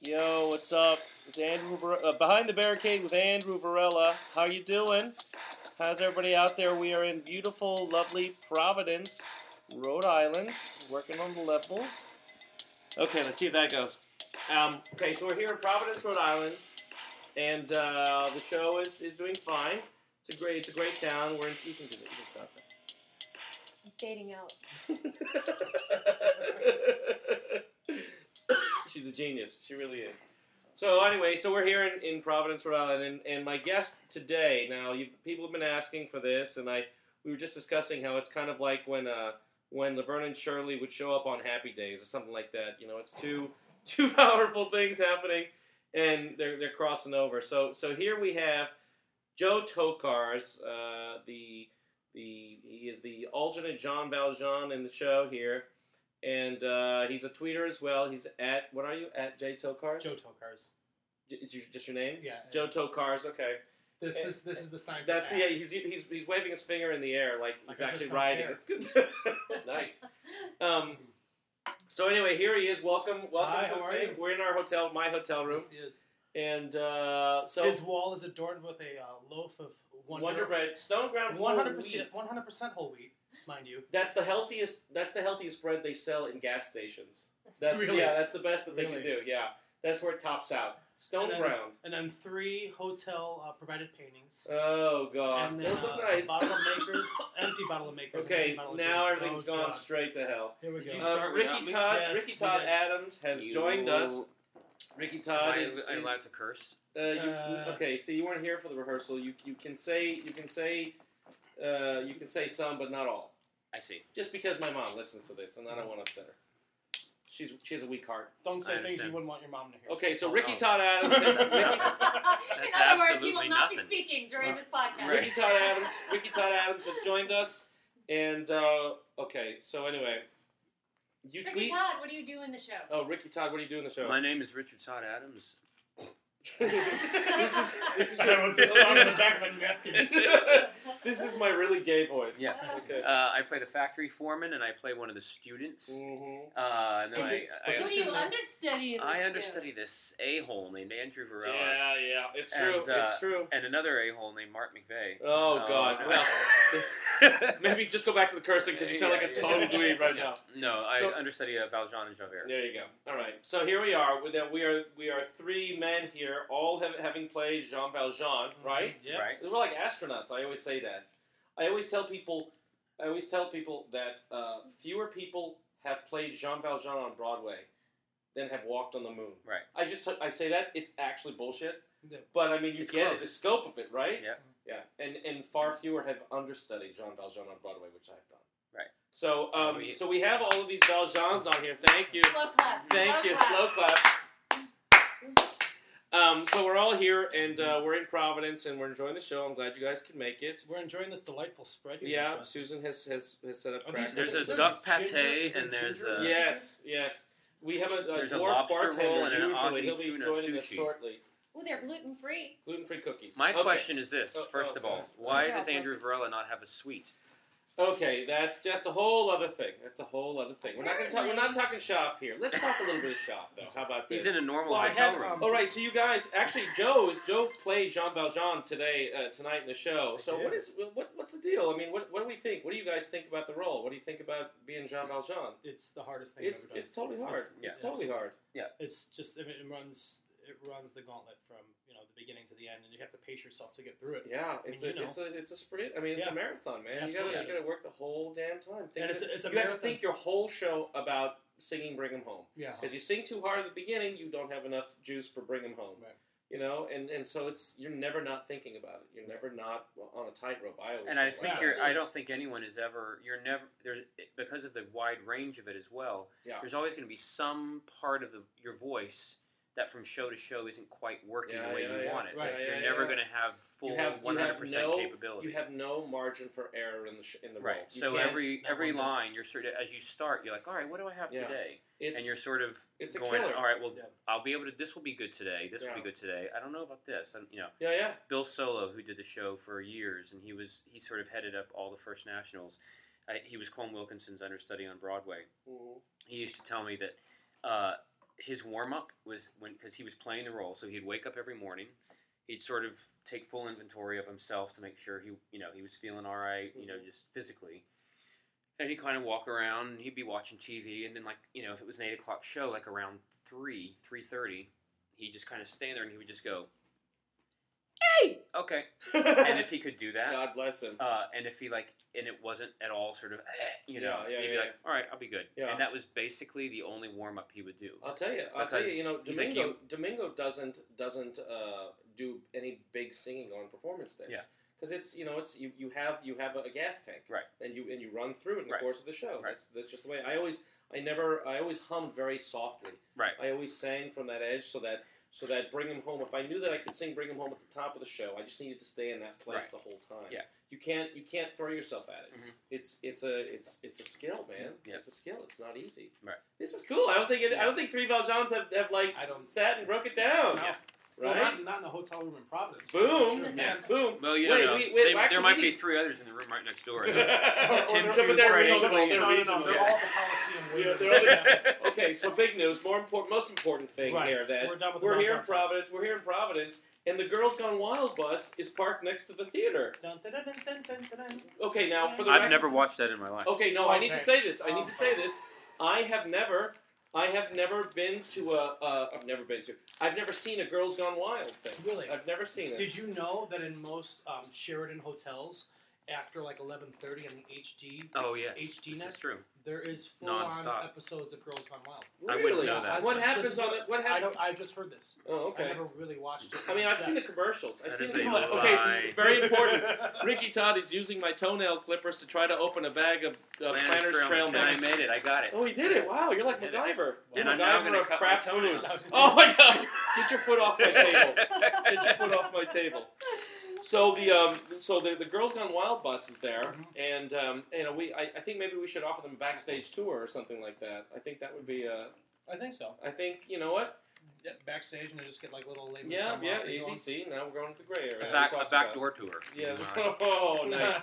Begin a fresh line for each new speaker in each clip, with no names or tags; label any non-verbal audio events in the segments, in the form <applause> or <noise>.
Yo, what's up? It's Andrew Var- uh, behind the barricade with Andrew Varela. How you doing? How's everybody out there? We are in beautiful, lovely Providence, Rhode Island, working on the levels. Okay, let's see if that goes. Um, okay, so we're here in Providence, Rhode Island, and uh, the show is, is doing fine. It's a great it's a great town. We're in, you can do it. You can stop it.
Fading out.
<laughs> She's a genius. She really is. So anyway, so we're here in, in Providence, Rhode Island, and, and my guest today. Now, you, people have been asking for this, and I we were just discussing how it's kind of like when uh, when Laverne and Shirley would show up on Happy Days or something like that. You know, it's two <laughs> two powerful things happening, and they're they're crossing over. So so here we have Joe Tokars, uh, the the he is the alternate Jean Valjean in the show here, and uh, he's a tweeter as well. He's at what are you at J Tokars?
Joe Tokars.
J- It's your, just your name.
Yeah.
Joe Tokars. Okay,
This
and-
is this is the sign. for
that's the
that.
yeah, he's he's he's waving his finger in the air like he's
Like I
actually
just don't
riding.
care.
It's good. <laughs>
<laughs>
nice. Um,
Mhm.
so anyway, here he is. Welcome, welcome
Hi,
to the
how are
thing.
you?
We're in our hotel, my hotel room,
Yes, he is.
and uh, so
His wall is adorned with a uh, loaf of
Wonder, Bread, Stone Ground whole
One hundred percent,
wheat.
one hundred percent whole wheat, mind you.
That's the healthiest. That's the healthiest bread they sell in gas stations. That's
Really?
yeah. That's the best that they can
Really?
do. Yeah, that's where it tops out. Stone
And then-
ground.
And then three hotel uh, provided paintings.
Oh god,
and then
those look
uh,
nice.
bottle of makers, empty bottle of makers. and empty
Okay,
bottle of
now
Jameson.
everything's
Oh,
gone
God.
straight to hell.
Here we go.
You
Uh,
start without
Ricky
me?
Todd,
Yes,
Ricky
we
Todd
did.
Adams has joined us. Ricky Todd
Am I-
is,
am I
is-
allowed to curse?
Uh, you,
Uh,
okay, so you weren't here for the rehearsal. You you can say you can say uh, you can say some, but not all.
I see.
Just because my mom listens to this, and I don't want to upset her. She's she has a weak heart.
Don't say
I
things you
understand.
wouldn't want your mom to hear.
Okay, so
Oh,
Ricky
no.
Todd Adams
<laughs>
is Ricky,
That's
In other words, he
absolutely
will not be
nothing.
speaking during this podcast.
Ricky Todd Adams. Ricky Todd Adams has joined us, and uh, okay, so anyway, you
Ricky
tweet.
Todd, what do you do in the show?
Oh, <laughs> Ricky Todd, what do you do in the show?
My name is Richard Todd Adams.
this is this is
I
your,
wrote this on the back of a napkin.
<laughs> this
<laughs>
is my really gay voice.
Yeah.
Okay.
Uh, I play the factory foreman, and I play one of the students.
Mhm.
Uh, and then
Would
I,
you-
I,
would
Who do you understudy in the
I
show?
understudy this a-hole named Andrew
Yeah,
Varela,
yeah, it's true.
And, uh,
it's true.
and another a-hole named Mark McVeigh. Um,
Oh God.
no.
<laughs> Well,
<laughs>
maybe just go back to the cursing because you sound like a
Yeah,
total
yeah, yeah.
dweeb right
Yeah.
now.
No, I
So-
understudy uh, Valjean and Javert.
There you go. All right. So here we are. We- Now we are we are three men here, all have, having played Jean Valjean, right?
Yep.
Right?
We're like astronauts. I always say that. I always tell people. I always tell people that uh, fewer people have played Jean Valjean on Broadway than have walked on the moon.
Right.
I just I say that it's actually bullshit,
Yeah.
but I mean you
It's
get it,
close.
the scope of it, right?
Yeah.
Yeah. And and far fewer have understudied Jean Valjean on Broadway, which I've done.
Right.
So um,
We-
so we have all of these Valjeans on here. Thank you.
Slow clap.
Thank
slow
you.
Clap.
Slow clap. Um, so we're all here, and uh, we're in Providence, and we're enjoying the show. I'm glad you guys could make it.
We're enjoying this delightful spread. you
Yeah,
have.
Susan has has, has set up
Are
crackers.
these-
Oh, There's a
is there
duck
ginger-
pate
is there
and there's
ginger?
a-
yes, yes. We have a, a
There's a
dwarf
lobster roll
bartender.
and an
usually,
ahi
he'll be
tuna
joining us
sushi.
shortly.
Ooh, they're gluten free.
Gluten-free cookies.
My
Okay.
question is this:
Oh,
First
oh,
of all,
God.
why
Yeah.
does Andrew Varela not have a suite?
Okay, that's that's a whole other thing. That's a whole other thing. We're not gonna talk. We're not talking shop here. Let's talk a little bit of shop though. How about this?
He's in a normal
Well, I
hotel
had,
room.
um,
All right, so you guys actually Joe is Joe played Jean Valjean today uh, tonight in the show.
I
So
did.
what is what what's the deal? I mean, what what do we think? What do you guys think about the role? What do you think about being Jean Valjean?
It's the hardest thing
It's
I've ever done.
it's totally hard.
It's-
yeah.
It's totally hard.
it's just I mean, it runs it runs the gauntlet from you know the beginning to the end, and you have to pace yourself to get through it.
Yeah,
mean,
it's
you
a
know.
it's a it's a sprint. I mean, it's a
Yeah.
marathon, man. You gotta
Absolutely.
you gotta work the whole damn time. Think
and
of
it's
it-
a, it's a
you have to
marathon.
think your whole show about singing "Bring 'Em Home"
yeah,
because you sing too hard at the beginning, you don't have enough juice for "Bring 'Em Home."
Right.
You know, and and so it's you're never not thinking about it. You're never not on a tightrope. I always
And I
feel
think
like
you're.
that.
I don't think anyone is ever. You're never there's because of the wide range of it as well.
Yeah.
There's always going to be some part of the, your voice that from show to show isn't quite working
Yeah,
the way
yeah,
you
yeah.
want it.
Right.
Like,
Yeah,
you're
yeah,
never
yeah.
going to have
You
full
have- you have
100 percent
no-
capability.
You have no margin for error in the sh- in the
right.
role. You
so
can't-
every
not
every
one bit.
line, you're sort of as you start, you're like, all right, what do I have
Yeah.
today?
it's,
and you're sort of
it's a
going,
killer.
all right, well,
Yeah.
I'll be able to. This will be good today. This
Yeah.
will be good today. I don't know about this. And you know,
yeah yeah
Bill Solo, who did the show for years, and he was he sort of headed up all the first nationals.
Mm-hmm.
Uh, he was Colm Wilkinson's understudy on Broadway. He used to tell me that uh, his warm up was when because he was playing the role, so he'd wake up every morning. He'd sort of take full inventory of himself to make sure he, you know, he was feeling all right, you know, just physically. And he'd kind of walk around. And he'd be watching TV, and then like you know, if it was an eight o'clock show, like around three, three thirty, he'd just kind of stand there and he would just go, "Hey, okay."
<laughs>
And if he could do that,
God bless him.
uh, and if he like, and it wasn't at all sort of, eh, you know,
Yeah, yeah,
he'd be
yeah,
like, all right, I'll be good.
Yeah.
And that was basically the only warm up he would do.
I'll tell you. I'll tell you.
Because
You know,
he's like
Domingo. Domingo doesn't doesn't uh, do any big singing on performance days.
Yeah.
Because it's you know it's you, you have you have a, a gas tank
Right.
and you and you run through it in the
Right.
course of the show.
Right.
That's that's just the way I always I never I always hummed very softly.
Right.
I always sang from that edge so that so that bring him home. If I knew that I could sing bring him home at the top of the show, I just needed to stay in that place
Right.
the whole time.
Yeah.
You can't you can't throw yourself at it.
Mhm.
It's it's a it's it's a skill, man.
Yeah.
It's a skill. It's not easy.
Right.
This is cool. I don't think it, I don't think three Valjeans have, have like
I don't-
sat and broke it down.
Yeah.
Well,
Right?
not, not in a hotel room in Providence.
Boom.
Sure.
Yeah.
<laughs> Boom.
Well, you
Wait,
don't know.
we- wait,
They-
actually,
there might
we
be
need-
three others in the room right next
<laughs>
door.
Tim
No,
Shoe,
but they're
Fred
regional,
England.
they're
No, no, no,
regional.
they're all the Coliseum
Yeah,
winners.
they're all-
<laughs> okay, so big news. More important, most important <laughs> thing
Right.
here that
We're done with the
we're here in
Valjean.
Providence. We're here in Providence, and the Girls Gone Wild bus is parked next to the theater.
Dun, dun, dun, dun, dun, dun, dun.
Okay, now for the
<laughs>
Oh,
I've
record-
never watched that in my life.
Okay, no, I need to
Okay.
say this. I need
Oh.
to say this. I have never, I have never been to a. Uh, I've never been to. I've never seen a Girls Gone Wild thing.
Really?
I've never seen it.
Did you know that in most um, Sheridan hotels, after like 11:30 on the HD,
Oh
HD
yes, this is
net?
true.
there is full-on
Nonstop.
episodes of Girls Gone Wild.
I
really?
wouldn't know that.
What
This
happens
is-
on it? What
I
happens?
don't. I just heard this.
Oh,
I
okay.
never really watched it.
I mean, I've
That-
seen the commercials. I've
That
seen
is
the
a
commercials. Okay,
lie. <laughs>
very important. Ricky Todd is using my toenail clippers to try to open a bag of uh, Planters Trail
and I
mix.
made it. I got it.
Oh, he did it! Wow, you're like
Did it.
MacGyver.
And I'm now
MacGyver
gonna
of
cut
crap
my
food.
<laughs> toenails.
Oh my god! Get your foot
<laughs>
off my table. Get your foot off my table. So the um, so the, the Girls Gone Wild bus is there,
Mm-hmm.
Mhm.
and um, you know we I, I think maybe we should offer them a backstage tour or something like that. I think that would be uh,
<laughs> I think so.
I think you know what?
Yeah, Backstage, and they just get like little labels.
Yeah,
come
yeah,
up and
easy.
go-
See, now we're going to the gray area.
A
we
back, a
talked
back
about.
door tour.
Yeah.
Uh,
Oh, nice.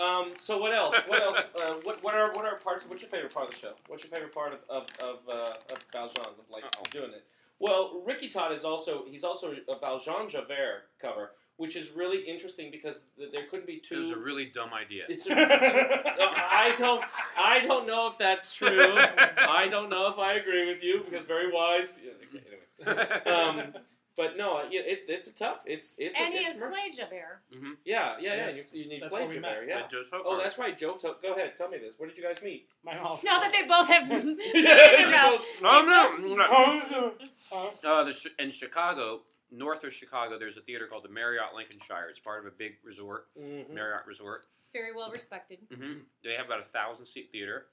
Um, so what else? What else?
<laughs>
Uh, what what are what are parts? What's your favorite part of the show? What's your favorite part of of of, uh, of Valjean of like
Uh-oh.
doing it? Well, Ricky Todd is also he's also a Valjean Javert cover, which is really interesting because th- there couldn't be
it was a
two.
really dumb idea. <laughs>
It's, it's- Uh, I <laughs> don't I don't know if that's true. I don't know if I agree with you because very wise. yeah, okay, anyway.
<laughs>
Um, but no, it, it, it's a tough. It's it's
And
a,
he
it's
has
mur-
played Javert.
yeah yeah yeah.
Yes,
you, you need to
that's
play
where we met.
Javert. Yeah.
With Joe Topher.
Oh, that's right, Joe. To- go ahead, tell me this. Where did you guys meet?
<laughs>
My mouth.
Now
<laughs>
that they both have <laughs>
Yeah.
mouth.
No, no, no.
Huh?
Uh, the, Chi- in Chicago, north of Chicago, there's a theater called the Marriott Lincolnshire. It's part of a big resort,
Mm-hmm.
Marriott Resort.
It's very well respected.
hmm They have about a thousand seat theater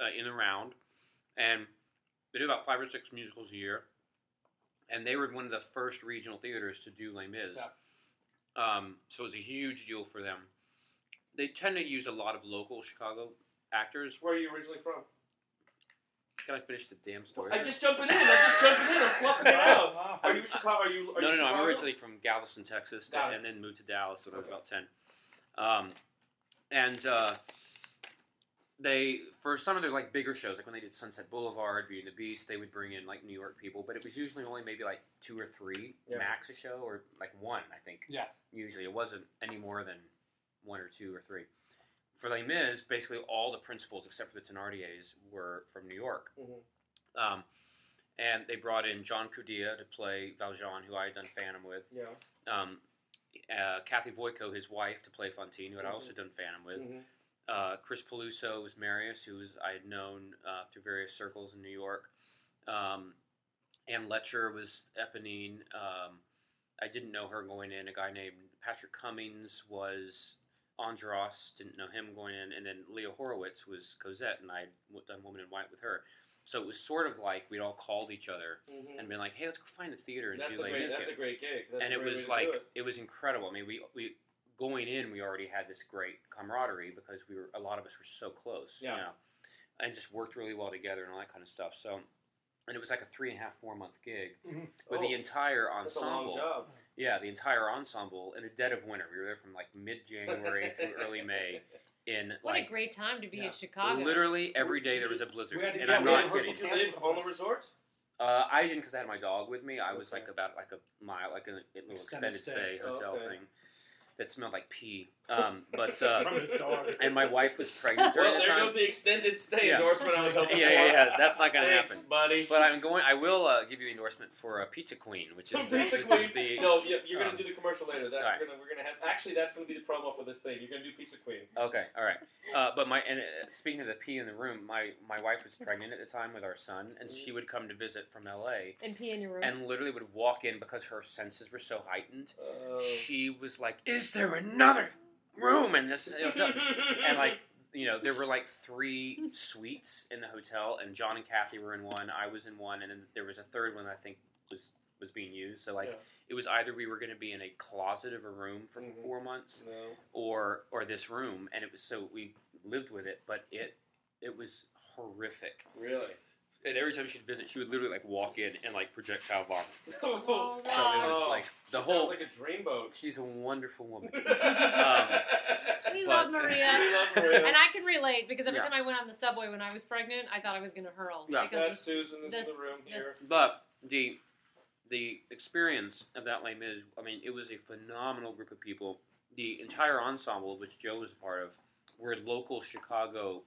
uh, in the round, and they do about five or six musicals a year. And they were one of the first regional theaters to do Les Mis,
Yeah.
um, so it's a huge deal for them. They tend to use a lot of local Chicago actors.
Where are you originally from?
Can I finish the damn story?
I'm just jumping in. I'm just jumping in. I'm fluffing it out.
Wow.
Are you Chicago? Are you? Are
no,
you
no, no.
Chicago?
I'm originally from Galveston, Texas,
Got it.
and then moved to Dallas when I was
Okay.
about ten. Um, and uh, they, for some of their like bigger shows, like when they did Sunset Boulevard, Beauty and the Beast, they would bring in like New York people, but it was usually only maybe like two or three
Yeah.
max a show, or like one, I think.
Yeah.
Usually, it wasn't any more than one or two or three. For Les Mis, basically all the principals except for the Thenardiers were from New York.
Mhm.
Um, and they brought in John Cudia to play Valjean, who I had done Phantom with
Yeah.
um, uh, Kathy Boyko, his wife, to play Fontaine, who I'd
Mhm.
also done Phantom with.
Mhm.
Uh, Chris Peluso was Marius, who was, I had known uh, through various circles in New York. Um, Ann Letcher was Eponine. Um, I didn't know her going in. A guy named Patrick Cummings was Andros. Didn't know him going in. And then Leah Horowitz was Cosette, and I had w- done Woman in White with her. So it was sort of like we'd all called each other
Mhm.
and been like, "Hey, let's go find a theater and
That's
do
a
like
great.
this
That's
here."
a great gig. That's
and
a
it
great
was
way to
like
do
it. was incredible. I mean, we we going in, we already had this great camaraderie because we were a lot of us were so close,
Yeah.
you know, and just worked really well together and all that kind of stuff. So, and it was like a three and a half four month gig
Mhm.
with the
Oh,
entire
That's a long
ensemble.
job.
Yeah, the entire ensemble in the dead of winter. We were there from like mid January through early May. In
What a
like
great time to be
Yeah.
in Chicago.
literally every day
Did
there
you-
was a blizzard,
we had to
and
jump
I'm
in
not
and rehearsal
kidding.
Did you live on the resort?
Uh, I didn't because I had my dog with me. I was
Okay.
like about like a mile, like a, little
Extended
extended
stay.
stay hotel
Okay.
thing that smelled like pee. Um,
<laughs>
<laughs> but uh,
From his dog.
and my wife was pregnant during
well,
the
there
time.
goes the extended stay
Yeah.
endorsement I was
yeah,
hoping
yeah,
for.
yeah. That's not gonna
Thanks,
happen.
buddy.
But I'm going. I will uh, give you the endorsement for uh, Pizza Queen, which is,
Pizza
which
Queen.
is the
no, you- you're
um,
gonna do the commercial later. That's
alright.
we're gonna we're gonna have. Actually, that's gonna be the promo for this thing. You're gonna do Pizza Queen.
Okay, all right. Uh, but my and uh, speaking of the pee in the room, my my wife was pregnant at the time with our son, and she would come to visit from L.A.
And pee in your room.
and literally would walk in because her senses were so heightened.
Uh,
She was like, "Is there another room in this?" hotel?" and like you know, there were like three suites in the hotel, and John and Kathy were in one. I was in one, and then there was a third one that I think was was being used. So like
Yeah.
it was either we were going to be in a closet of a room for
Mhm.
four months,
<laughs> no.
or or this room and it was so we lived with it but it it was horrific
Really? <laughs>
and every time she'd visit she would literally like walk in and like projectile vomit
Oh,
so it was
no.
Oh,
like the
she sounds
whole
like a
<laughs>
dreamboat. <laughs>
she's a wonderful woman
We
but-
love
We <laughs>
Maria.
love Maria.
And I can relate because every
Yeah.
time I went on the subway when I was pregnant, I thought I was going to hurl.
Yeah.
That's
Because
Susan. This, is
this-
the room here.
this-
but the the experience of that Les Mis I mean it was a phenomenal group of people the entire ensemble of which Joe was a part of were local Chicago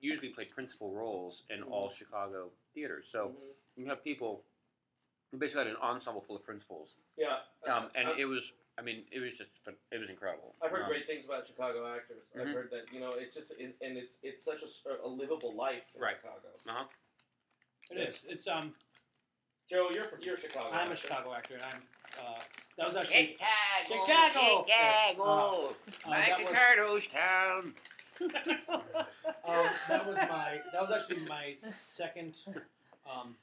usually played principal roles in
Mm-hmm.
all Chicago theaters so
Mm-hmm.
you have people you basically had an ensemble full of principals
Yeah.
Uh,
um, and
I-
it was i mean it was just phen- it was incredible
I've heard
Um,
great things about Chicago actors. I've
Mhm.
heard that you know it's just and and it's it's such a s- a, livable life in
Right.
Chicago.
uh-huh.
It is. It's um.
Joe, you're from, you're Chicago.
I'm a
actor.
Chicago actor, and I'm. Uh, that was actually.
Chicago,
Chicago! Chicago, Uh, that, was,
town
<laughs> um, that was my. That was actually my second. Um,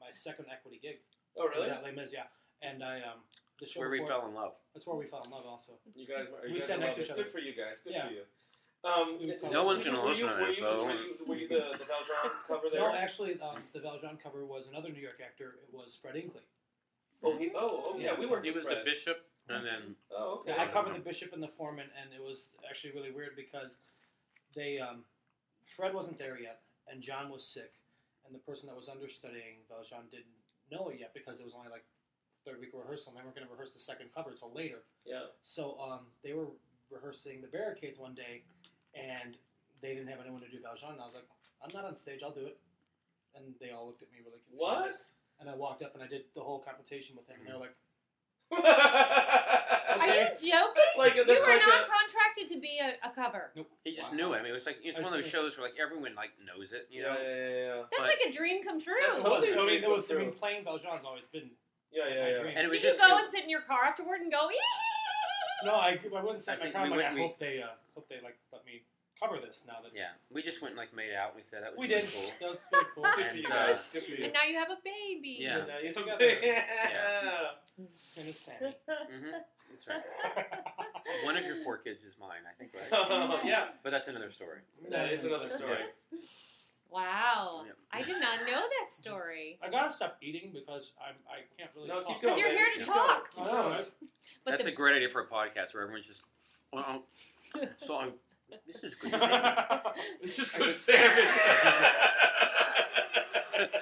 my second equity gig.
Oh really?
Was at Les Mis, yeah. And I um. The show
where we
before-
fell in love
That's where we fell in love, also.
You guys, were- you
We
guys
sat
are
next to
lovely.
each other.
Good for you guys. Good
Yeah.
for you. Um,
No
one's
did you-
gonna
were
listen
you-
to
were
this,
you-
so-
Were you, were you the, the
<laughs>
Valjean cover there? Oh,
No, actually, um, the Valjean cover was another New York actor. It was Fred Inkley.
oh, he, oh, oh, yeah,
Yeah,
we
so
were.
he was
Fred.
the bishop and then
Oh, okay.
Yeah, I
don't
covered
know.
the bishop and the foreman, and it was actually really weird because they um, Fred wasn't there yet, and John was sick, and the person that was understudying Valjean didn't know it yet because it was only like third week of rehearsal, and they weren't going to rehearse the second cover until later.
yeah.
So um, they were rehearsing the barricades one day, and they didn't have anyone to do Valjean. And I was like, I'm not on stage, I'll do it. And they all looked at me really confused.
What?
And I walked up and I did the whole confrontation with him, and they're like,
Are
okay.
you joking?
<laughs> That's like a,
You
that's like
were
a,
not contracted to be a, a cover.
he
Wow.
just knew it i mean it was like it's
I
one of those
see.
shows where like everyone like knows it you know
Yeah, yeah, yeah, yeah.
That's
But-
like a dream come true.
That's
So
totally
I mean,
dream come
there was, I mean,
true.
playing Valjean's always been
Yeah, yeah,
my
yeah.
dream.
and it was
Did you
just
go
it-
and sit in your car afterward and go?
No, I, I wasn't
I
sent my
think
car. I'm
we
like,
went-
I
we-
hope they, uh, hope they like let me cover this now that
yeah we just went and like made out with that that was
we
really
did. <laughs>
cool
That was pretty cool.
Good for you
And, uh,
guys. Good for
<laughs>
you.
And now you have a baby.
Yeah.
Now you
Together.
<laughs>
<laughs> yeah.
And it's
<laughs>
Sammy.
hmm That's right. one of your four kids is mine i think
<laughs>
right
yeah.
but that's another story
That is another story.
Wow.
Yeah.
I did not know that story.
<laughs> I gotta stop eating because I'm I can't really.
No,
talk.
keep going.
'Cause you're
baby.
here to
Keep
talk.
going.
I know, right?
But
That's
the
a great idea for a podcast where everyone's just, well, so I, this is good. stuff."
It's just good salmon.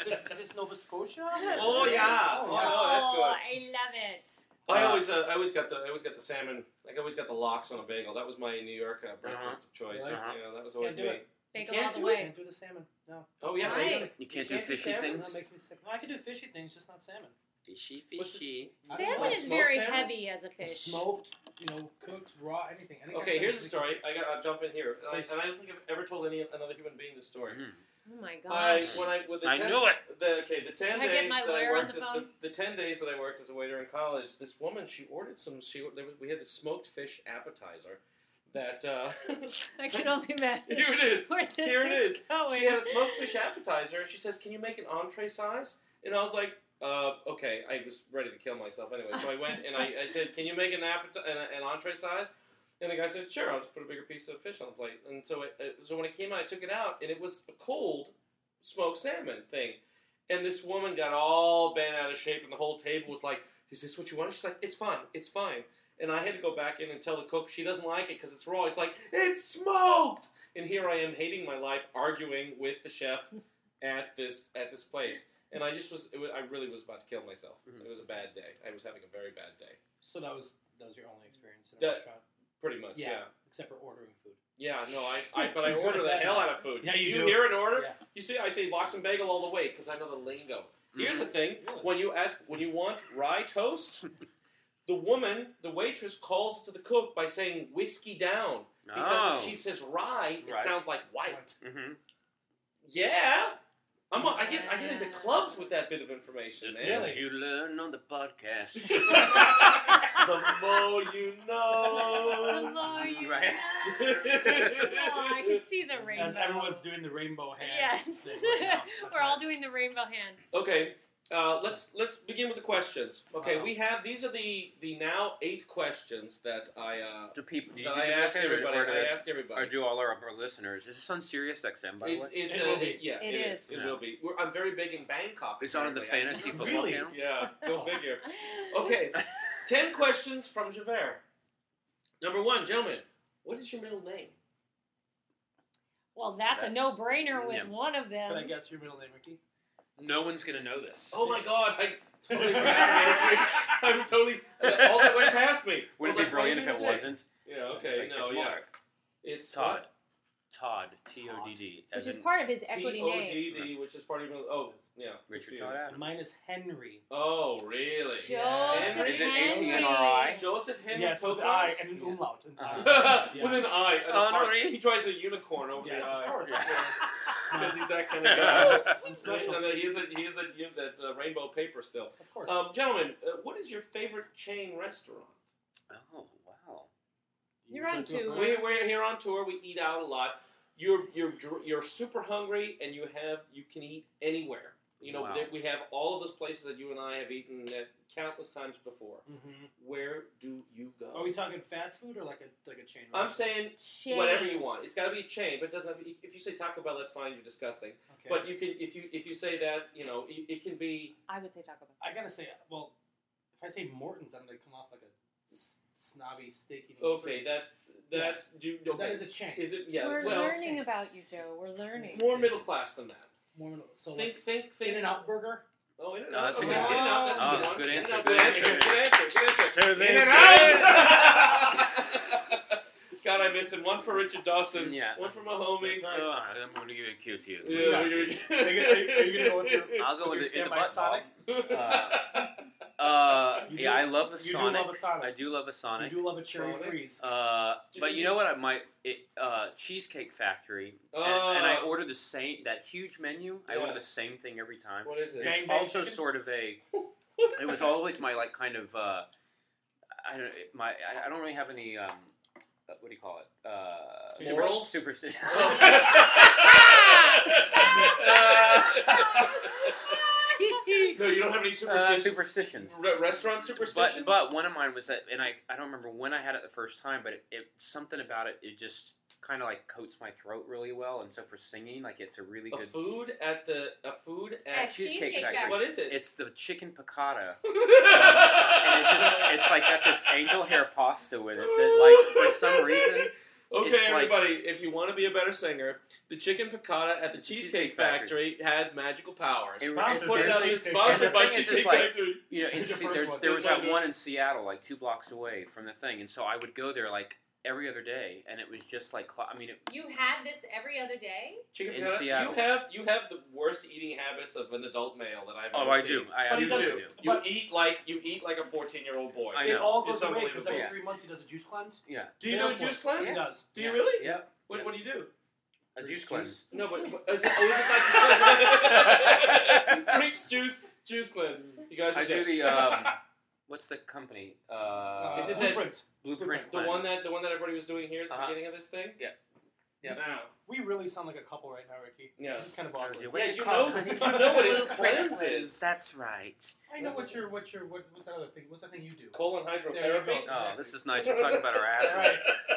is, this, is this Nova
<laughs>
Scotia?
Oh, yeah.
Oh,
Oh,
yeah.
no,
I love it.
I always, uh, I always got the, I always got the salmon. Like I always got the locks on a bagel. That was my New York uh, breakfast of choice.
Uh-huh.
Yeah, that was always
Can't do
me.
it.
Bagel
Can't
all the
do It.
way.
Can't do the salmon. No.
Oh yeah.
Right.
they-
You can't
can't do
do fishy
salmon?
things.
That makes me sick. No, I can do fishy things, just not salmon.
Fishy,
What's
fishy.
I don't
Salmon
know.
is
Smoked
very
salmon?
heavy as a fish.
Smoked, you know, cooked, raw, anything. Any kind of
Okay,
salmon
here's a
is
story. I got, I'll jump in here, and I,
Please.
and I don't think I've ever told any another human being this story.
Mm.
Oh my
I
gosh.
when I with the
I
ten,
knew it.
the okay the ten
Should I get
days
my
that I
lawyer on
worked
the
as
phone?
the, ten days that I worked as a waiter in college. This woman she ordered some. She there was, we had the smoked fish appetizer. That uh,
<laughs> I can only imagine.
Here it is.
Where
<laughs>
this
Here it is.
Going.
she had a smoked fish appetizer, and she says, "Can you make an entree size?" And I was like, uh, "Okay." I was ready to kill myself anyway, so I went and I, I said, "Can you make an appet- an, an entree size?" And the guy said, "Sure." I'll just put a bigger piece of fish on the plate. And so, it, it- so when it came out, I took it out, and it was a cold smoked salmon thing. And this woman got all bent out of shape, and the whole table was like, "Is this what you want?" She's like, "It's fine. It's fine." And I had to go back in and tell the cook she doesn't like it because it's
<laughs>
raw. He's like, "It's smoked." And here I am hating my life, arguing with the chef at this at this place, and I just was, it was I really was about to kill myself.
Mm-hmm.
Mhm.
It was a bad day. I was having a very bad day,
So that was that was your only experience in a
That-
restaurant,
pretty much.
Yeah.
Yeah,
except for ordering food.
yeah. no, I, I but I
<laughs> You're good
order
at
the
that
hell
now.
out of food.
Yeah, you
you
do.
hear an order.
Yeah.
You see, I say box and bagel all the way because I know the lingo.
Mm-hmm.
Here's the thing:
Really?
when you ask, when you want rye toast,
Mm-hmm.
the woman, the waitress, calls to the cook by saying "whiskey down" because
Oh.
if she
Oh.
says rye, it
Right.
sounds like white.
hmm
Yeah, I'm. A, I get I get into
Yeah.
clubs with that bit of information, man.
Really?
<laughs>
you learn on the podcast.
the more you know.
Hello, you
Right.
guys. oh, I can see the rainbow.
As everyone's doing the rainbow hand.
Yes.
thing right <laughs> now.
<laughs>
That's
We're all
nice.
doing the rainbow hand.
<laughs>
Okay, uh, let's let's begin with the questions. Okay,
Uh-huh.
Wow.
we have these are the the now eight questions that I uh,
Do people? Do you
that
do
I
the
ask
listener
everybody.
Or, do-
I ask
or
everybody.
do all our, our listeners? Is this on Sirius XM? By the
It's,
way,
it's
It
uh,
will be.
yeah,
It
it
is.
is. It
Yeah.
will be. We're, I'm very big in Bangkok.
it's on the
apparently.
fantasy football
Really?
channel.
Yeah,
<laughs>
go figure. Okay, ten questions from Javert. Number one, gentlemen, what is your middle name?
Well, that's a no-brainer with
Yeah.
one of them.
Can I guess your middle name, Ricky?
<laughs> No one's gonna know this.
Oh my God,
<laughs>
I totally forgot. about it. I'm totally all that went past me. I
Would
was
it be
like, why
brilliant if
didn't
it
you take-
wasn't?
Yeah.
It's
Okay.
like,
No.
it's
Yeah.
Mark.
It's
Todd.
what?
Todd. T O D D.
Which
as
is
in
part of his equity name.
T-O-D-D, which is part of your- oh yeah.
Richard
confused.
Todd Adams.
Uh,
<laughs>
Mine is Henry.
Oh really?
Joseph
Yeah.
Is it
Henry.
H-E-N-R-I?
Joseph Henry
yes, with
Tokos?
an I and an
<laughs>
Yeah.
umlaut. and I.
Uh-huh.
With
<laughs>
an eye. And a
Oh, no,
heart.
really?
He tries a unicorn over
Yes,
the
of
eye.
course.
<laughs> Because he's that <laughs>
Oh,
<laughs>
kind of guy.
Yeah.
I'm
Right?
special.
And then he has that, he has that, he has that uh, rainbow paper still.
Of course.
Um, gentlemen, uh, what is your favorite chain restaurant?
Oh wow.
You're on
Would you like
to-
go
We,
first?
we're here on tour. We eat out a lot. You're you're dr- you're super hungry, and you have you can eat anywhere. You know
Wow.
there, we have all of those places that you and I have eaten at countless times before.
Mhm.
Where do you go?
Are we talking fast food or like a like a chain?
I'm
restaurant?
saying
Shane.
whatever you want. It's got to be a chain, but it doesn't. Have, if you say Taco Bell, that's fine. You're disgusting.
Okay.
But you can if you if you say that, you know, it, it can be.
I would say Taco Bell.
I gotta say, well, if I say Morton's, I'm gonna come off like a s- snobby, steak eating.
Okay, that's that's do okay.
That is a chain.
Is it yeah?
We're
well,
learning about you, Joe. We're learning.
<laughs>
more middle class than that.
More than- so
Think
like
think think.
In and Out Burger.
Oh, in and
No,
out.
that's
a
okay.
good-
in and out. That's
Oh,
a good
that's
one.
a good answer,
In-N-Out, Good answer. Good answer.
So
Good answer. In and out. <laughs> God, I'm missing one for Richard Dawson.
Yeah.
One for Mahomie.
Oh, I'm going to give you a cue here.
Yeah.
Are Are you, are you gonna go
<laughs>
with your?
I'll go
with
with
your
the, in the
standby
butt
Sonic?
Uh, Uh,
You
yeah,
do-
I love a
You do
Sonic.
love a
I
Sonic.
do love a Sonic.
You do love a cherry
Sonic.
freeze.
Uh, but you
you-
know what? I might it, uh, Cheesecake Factory, and, and I
Oh.
order the same that huge menu. I order
Yeah.
the same thing every time.
what is it?
Bang,
<laughs>
it's
bang
also
chicken?
sort of a. It was always my like kind of. Uh, I don't my I, I don't really have any. Um, uh, what do you call it? Uh,
Morals? <laughs> Oh.
Superstition.
<laughs> no, you don't have any
<laughs> uh,
superstitions.
superstitions.
Re- restaurant
But,
superstitions.
but one of mine was that, and I, I don't remember when I had it the first time, but it, it something about it it just kind of like coats my throat really well, and so for singing, like it's a really
a
good.
food at the a food
At
at.
Cheesecake
Cheesecake
Factory.
Factory.
What is it?
It's the chicken piccata, and it's just
it's
it's like got this angel hair pasta with it that like for some reason
Okay,
It's like-
everybody, if you want to be a better singer, the chicken piccata at the Cheesecake,
Cheesecake
Factory, has magical powers.
It-
I'm
it's
putting it out here,
Cheesecake
sponsored
Factory.
by
And the thing is,
Cheesecake
it's like-
Factory.
you know, and
Who's your
see,
first
there,
one?
there
Who's
was
my
that
dude?
one in Seattle, like two blocks away from the thing, and so I would go there like every other day, and it was just like cla- I mean, it,
You had this every other day?
<laughs> Chicken
in
piccata.
Seattle.
You have you have the worst eating habits of an adult male that I've
oh,
ever
I
seen.
do, I
But
You
absolutely
do.
do.
You eat like you eat like a fourteen year old boy.
I
It
know.
all goes
It's
away because every
unbelievable.
three months he does a juice cleanse.
Yeah,
Do you do a
Therefore-
juice cleanse?
He does.
Do you really?
yeah,
What, what do you do?
a
Juice
juice cleanse.
No, <laughs> but, but is <laughs> it, oh,
<laughs>
is it like <laughs> drinks, juice, juice cleanse? You guys are
I do
dead.
the um, what's the company? Uh,
Is it that-
Blueprint.
Blueprint?
<laughs> the one that the one that everybody was doing here at the
Uh-huh.
beginning of this thing.
Yeah. Yeah.
Wow.
We really sound like a couple right now, Ricky.
Yeah.
This is kind of
Oh,
awkward.
dude,
Yeah,
what's it
you
called? <laughs>
know-
What's it
you
called?
know what his
Blueprint
cleanse is.
That's right.
I know what your what your what, what's that other thing? What's that thing you do?
Colon
There you
hydrotherapy.
go.
Oh, this is nice. We're talking about our asses.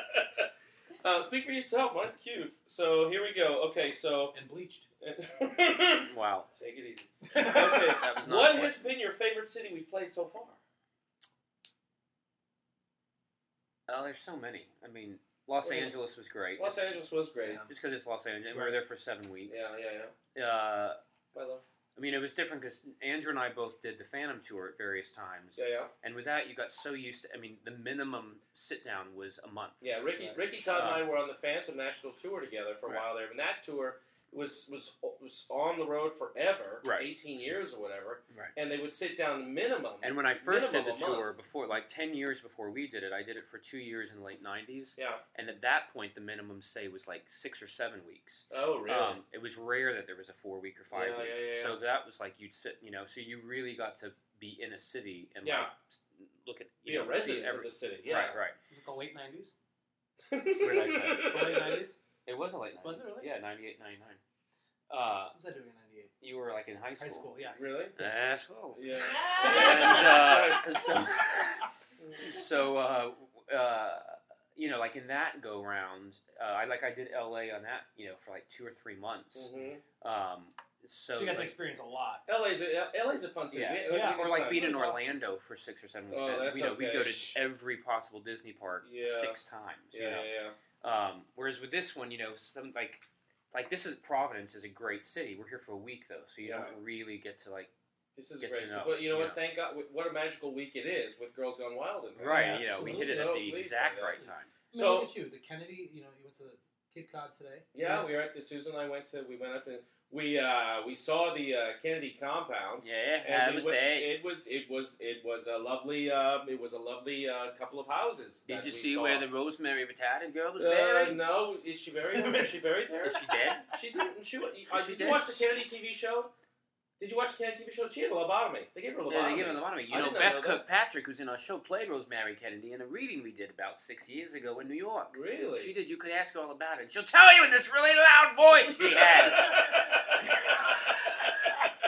<laughs> uh, speak for yourself. Mine's cute. So here we go. Okay, so <laughs>
And bleached.
take
Wow.
it easy.
okay.
That was not
What
a
has been your favorite city we've played so far?
Oh, there's so many. I mean, Los
Yeah.
Angeles was great. Um,
Los Angeles was great.
Yeah.
Just because it's Los Angeles, we were
Right.
there for seven weeks.
Yeah, yeah, yeah.
Uh,
By the
I mean, it was different because Andrew and I both did the Phantom tour at various times,
yeah, yeah,
and with that, you got so used to. I mean, the minimum sit down was a month.
yeah. Ricky,
Right.
Ricky Todd
Um,
and I were on the Phantom National Tour together for a
Right.
while there, and that tour was was was on the road forever,
Right.
eighteen years or whatever.
Right.
And they would sit down minimum.
And when I
Minimum
first did the
a month.
tour, before like ten years before we did it, I did it for two years in the late '90s,
yeah.
and at that point, the minimum say was like six or seven weeks.
Oh, really?
Um, it was rare that there was a four week or five
Yeah,
week.
yeah, yeah,
So that was like you'd sit, you know, so you really got to be in a city and like
Yeah.
s- look at you
Be a
know, see
resident of
every-
the city. Yeah.
Right, right.
Was it the late nineties?
did I
The late
<laughs>
nineties?
It was a late night.
Was it really?
Yeah, 98, 99. Uh,
What was I doing in ninety eight?
you were like in high school.
High school, yeah.
really?
Asshole.
Yeah.
<laughs> And
<laughs>
uh, so,
Nice.
so uh, uh, you know, like in that go round, uh, I like I did LA on that, you know, for like two or three months.
Mm-hmm.
Um, so,
So, you got to
like,
experience a lot.
LA's a, LA's a fun city.
Yeah.
We-
Yeah,
we-
or like being in
That's awesome.
Orlando for six or seven weeks.
Oh,
That-
that's
you know, we
okay.
go to every possible Disney park
Yeah.
six times.
Yeah,
you
yeah,
know?
yeah.
Um, whereas with this one, you know, some like like this is Providence is a great city. We're here for a week though, so you
Yeah.
don't really get to like
This is
Get
great.
to know,
but you know
you
what?
know.
Thank God. What a magical week it is with Girls Gone Wild. And
yeah,
right. you know, we hit it
absolutely.
So
at the
pleased
exact
by that.
right time.
I mean,
So-
look at you, the Kennedy. You know, you went to the Kid Cod today.
Yeah, we were at the Susan. and I went to. We went up and we uh, we saw the uh, Kennedy compound.
Yeah,
And
have
we
a
went-
stay.
it was it was it was a lovely uh, it was a lovely uh, couple of houses.
Did
that
you
we
see
saw.
where the Rosemary Battalion girl was
Uh,
buried?
no, is she buried?
<laughs>
is she buried there?
Is she dead?
She didn't. She, wa- uh,
She
did
did.
you watch the Kennedy TV show? Did you watch the Kennedy TV show? She had a lobotomy. They gave her a lobotomy.
Yeah, they give her the bottom. You
I
know,
did not
Beth
know that.
Kirkpatrick, who's in our show, played Rosemary Kennedy in a reading we did about six years ago in New York.
Really?
She did. You could ask her all about it. She'll tell you in this really loud voice she
<laughs>
had.
<laughs>
<laughs>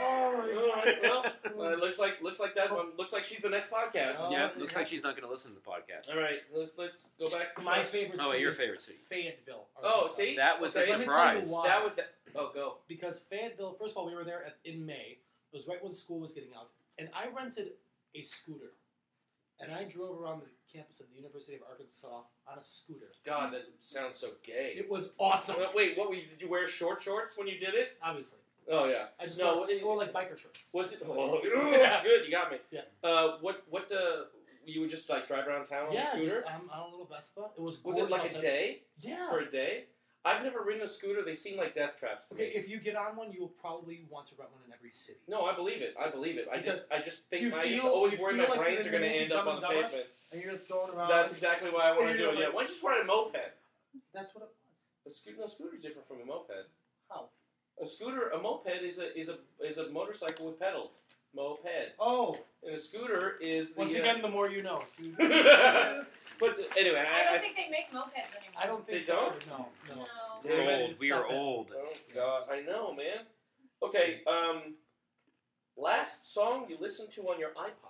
All right, well, well, it looks like looks like that one looks like she's the next podcast.
Oh,
yeah, looks like she's not going to listen to the podcast.
All right, let's let's go back to
my
the-
favorite.
Oh,
city
your
is
favorite city.
Fayetteville.
Oh,
Arkansas.
see?
That was a
Okay.
Let me tell you
surprise.
why.
That was the oh go.
because Fayetteville. First of all, we were there at, in May. It was right when school was getting out, and I rented a scooter, and I drove around the campus of the University of Arkansas on a scooter.
God, that sounds so gay.
It was awesome.
Uh, Wait, what were you, did you wear short shorts when you did it?
Obviously,
Oh yeah.
I just
No,
no,
what did-
or like biker shorts.
Was it? Oh, <laughs>
Like-
good, you got me.
Yeah.
Uh, what what uh, you would just like drive around town on
yeah,
a scooter?
just um, on a little Vespa. It was.
was
gorgeous
it like a
outside.
day
Yeah.
for a day? I've never ridden a scooter. They seem like death traps to me.
Okay, if you get on one, you will probably want to rent one in every city.
No, I believe it. I believe it. I
Because
just, I just think
you
my, I just
feel-
always
you
worry my
feel like
brains are
you're
going to
gonna
end
be
up
dumb
on
and
the
dumber.
pavement.
And you're just going around.
That's exactly why I want to
You're
do it.
like-
Yeah, why don't you just ride a moped?
That's what it was.
A scooter, no, a scooter is different from a moped.
How?
A scooter, a moped is a is a is a motorcycle with pedals. Moped,
Oh,
and a scooter is the.
once
uh,
again, the more
<laughs>
you know.
but the- anyway,
I
I.
don't
I
think they make mopeds anymore.
I don't
They
think so.
don't?
No,
<laughs>
no.
No.
We're
Damn it.
old. We are
Stop it.
old.
oh God, I know, man. Okay, um, last song you listened to on your
<laughs>
iPod.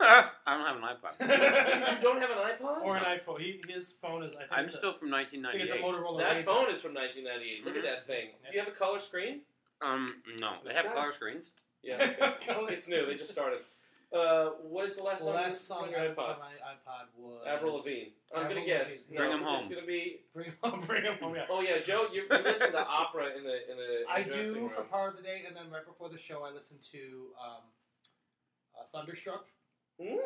Oh.
<laughs> I don't have an iPod.
you don't have an iPod.
Or an iPhone. He, his phone is. I think <laughs>
I'm
it's
still from
A, I think it's a
1998.
Motorola.
That
Razr.
phone is from 1998. Look at
Mhm.
Mm-hmm.
that thing. Do you have a color screen?
Um, no, they have color screens.
<laughs>
Yeah. okay. it's new. They just started. Uh, what is the last
The
song?
last
you
song
listened
I
to on
listened
your
on
iPod?
my iPod was
Avril Lavigne. I'm
Avril
gonna guess.
Lavigne.
No,
Bring 'em
it's,
home.
It's gonna be.
<laughs> Bring him home, bring him home. Yeah.
Oh yeah, Joe, you, you listen to opera in the in the.
<laughs>
I
in the dressing
do
room.
for part of the day, and then right before the show, I listen to um, uh, Thunderstruck
Hmm?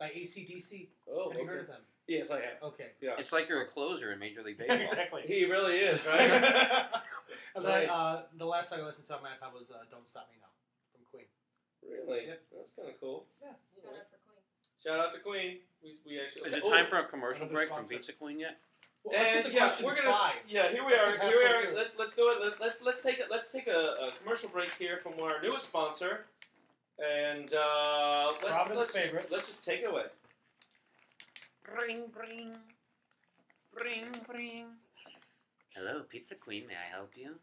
by ACDC.
Oh,
Have you
okay.
heard of them?
yes, I have.
Okay.
It's like you're a closer in
<laughs>
Major League Baseball.
exactly.
He really
<laughs>
is,
<laughs>
right?
and then
Nice.
uh, the last song I listened to on my iPod was uh, "Don't Stop Me Now" from Queen.
really?
Yep.
That's kind of cool.
Yeah.
Shut up for Queen.
Shout out to Queen. We, we actually.
Is it
Oh,
time for a commercial
Another
break from
sponsor.
Pizza Queen yet?
Well, let's get
And
to
yeah,
question
we're gonna.
five.
Yeah, here we
That's
are.
like
Here we
halfway
are.
through.
Let, let's go. Let, let's let's take a, let's take a, a commercial break here from our newest sponsor, and uh, let's
Robin's
let's,
favorite.
Just, let's just take it
<laughs>
away.
Ring, ring, ring, ring. Hello, Pizza Queen. May I help you?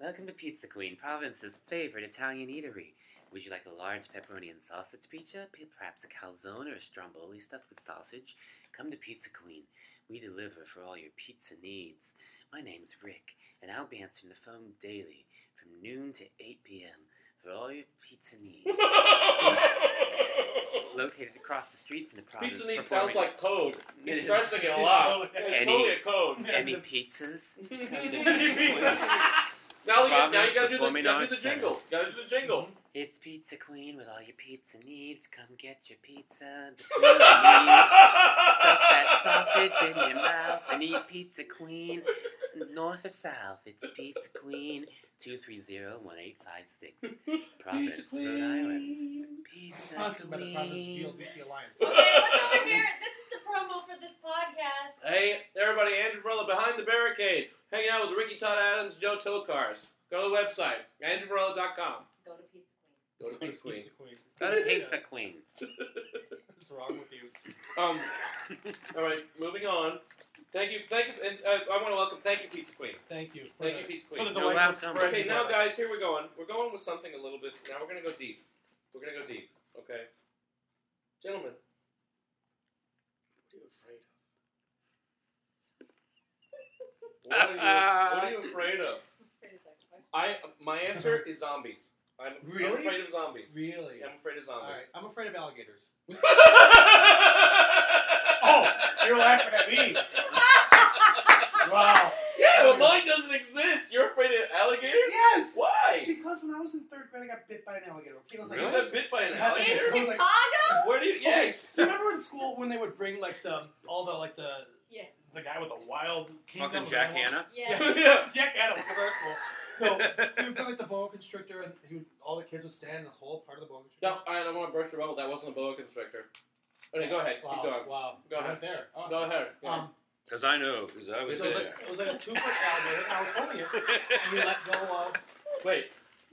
Welcome to Pizza Queen, Providence's favorite Italian eatery. Would you like a large pepperoni and sausage pizza, p- perhaps a calzone or a stromboli stuffed with sausage? Come to Pizza Queen. We deliver for all your pizza needs. My name's Rick, and I'll be answering the phone daily from noon to 8 p.m. Floyd Pizzanini,
Pizza
located across the street from the Providence.
Need sounds
performing-
like code.
It
He's
is.
stressing it a lot.
It's
It's
totally-
totally a <laughs> code.
any pizzas.
now, you, get- now
Providence
you gotta do the,
Performing
you gotta do
Arts
the jingle. You gotta do the jingle.
It's Pizza Queen with all your pizza needs. Come get your pizza. between the knees. Stuff that sausage in your mouth and eat Pizza Queen. North or south, it's Pizza Queen. 230-1856. Providence,
Pizza
Rhode Island.
Queen.
Pizza
Sponsored by the Providence
Queen.
GLBT Alliance.
<laughs> Okay, look over here. This is the promo for this podcast.
Hey, everybody, Andrew Varela behind the barricade. Hanging out with Ricky Todd Adams, Joe Tokars. Go to the website, andrewvarela.com.
Go to Pizza Queen. <laughs>
Go to <laughs> Pizza <laughs> Queen.
Go to Pizza Queen.
What's wrong with you?
Um, all right, moving on. Thank you, thank you, and uh, I want to welcome. Thank you, Pizza Queen.
Thank you. for
Thank you,
the-
Pizza
for the
Queen.
No,
delightful
welcome.
spread.
Okay, now guys, here we're going. We're going with something a little bit. Now we're gonna go deep. We're gonna go deep. Okay, gentlemen. What are you afraid of? What are you, what
<laughs>
are you afraid of?
Pretty good question.
I my answer is zombies. I'm, I'm
Really?
afraid of zombies.
Really?
Yeah, I'm afraid of
All
zombies.
right. I'm afraid of
<laughs>
alligators.
Oh, You're laughing at
<laughs>
me. Wow.
yeah, but mine doesn't exist. You're afraid of alligators?
Yes. <laughs>
Why?
Because when I was in third grade, I got bit by an alligator. Okay, I was like,
You got bit by an
It has
In
Alligators?
alligator?
like-
Chicago?
Where do you? Yeah.
Okay, do you remember in school when they would bring like the all the like the
Yes.
the guy with the wild kingdom
Fucking
of
Jack
animals?
Hanna.
Yes.
<laughs>
<laughs> yeah.
Jack Hanna from our school. No,
<laughs>
He would put like the boa constrictor, and he would, all the kids would stand in the whole part of the boa
No,
constrictor.
I don't want to burst your bubble. That wasn't a boa constrictor. Okay, go ahead.
Wow.
Keep going.
Wow.
Go ahead.
Right there. Awesome.
Go ahead. Yeah.
Um,
Because I know, because I
so
was
it was, like,
there.
it was like a
<laughs>
two foot alligator, and I was holding <laughs> it, and he let go of
Wait.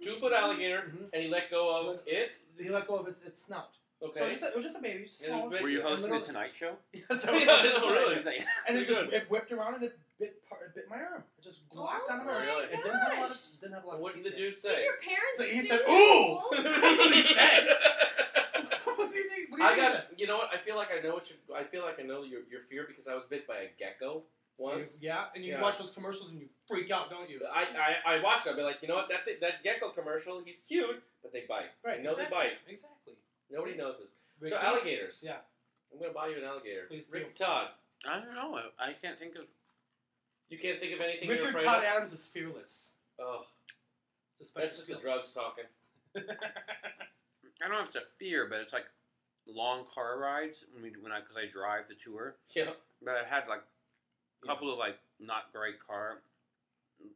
Two
Oh
foot alligator, <laughs>
Mhm.
and he let go of it.
he let go of its, its snout. So it
Okay.
was, just a, it was just a baby, just
And
small. <laughs>
it bit- <laughs>
Were you
Yeah,
hosting the
little-
Tonight Show?
<laughs>
Yes, I
<laughs>
Yeah,
was
no, really.
and it
Pretty
just
good.
it whipped around and it bit part, it bit my arm. It just glopped
Oh
onto my
my
arm. It didn't have a lot of
gosh.
didn't have a lot of
What did
teeth
the
in it.
dude
Did
say?
your parents
So he
sue
said,
you
"Ooh!"
<laughs>
at school?
That's <laughs> what he said.
<laughs>
what do you think? What do you
I
think?
got. You know what? I feel like I know what you. I feel like I know your your fear because I was bit by a gecko once.
You- yeah, and you
Yeah.
watch those commercials and you freak out, don't you?
I, I, I watched it. I'd be like, you know what? That thi- that gecko commercial, he's cute, but they bite.
Right.
No, they
exactly.
bite.
Exactly.
Nobody knows this.
Ricky,
so alligators.
Yeah.
I'm gonna buy you an alligator.
Please do.
Rick Todd.
I don't know. I can't think of.
You can't think of anything you're
Richard
afraid
Todd
of.
Adams is fearless.
Oh,
It's a special
that's just the
skill.
drugs talking. <laughs>
<laughs>
I don't know if it's a fear, but it's like long car rides when we when I because I drive the tour.
Yeah.
But I've had like a couple of like not great car,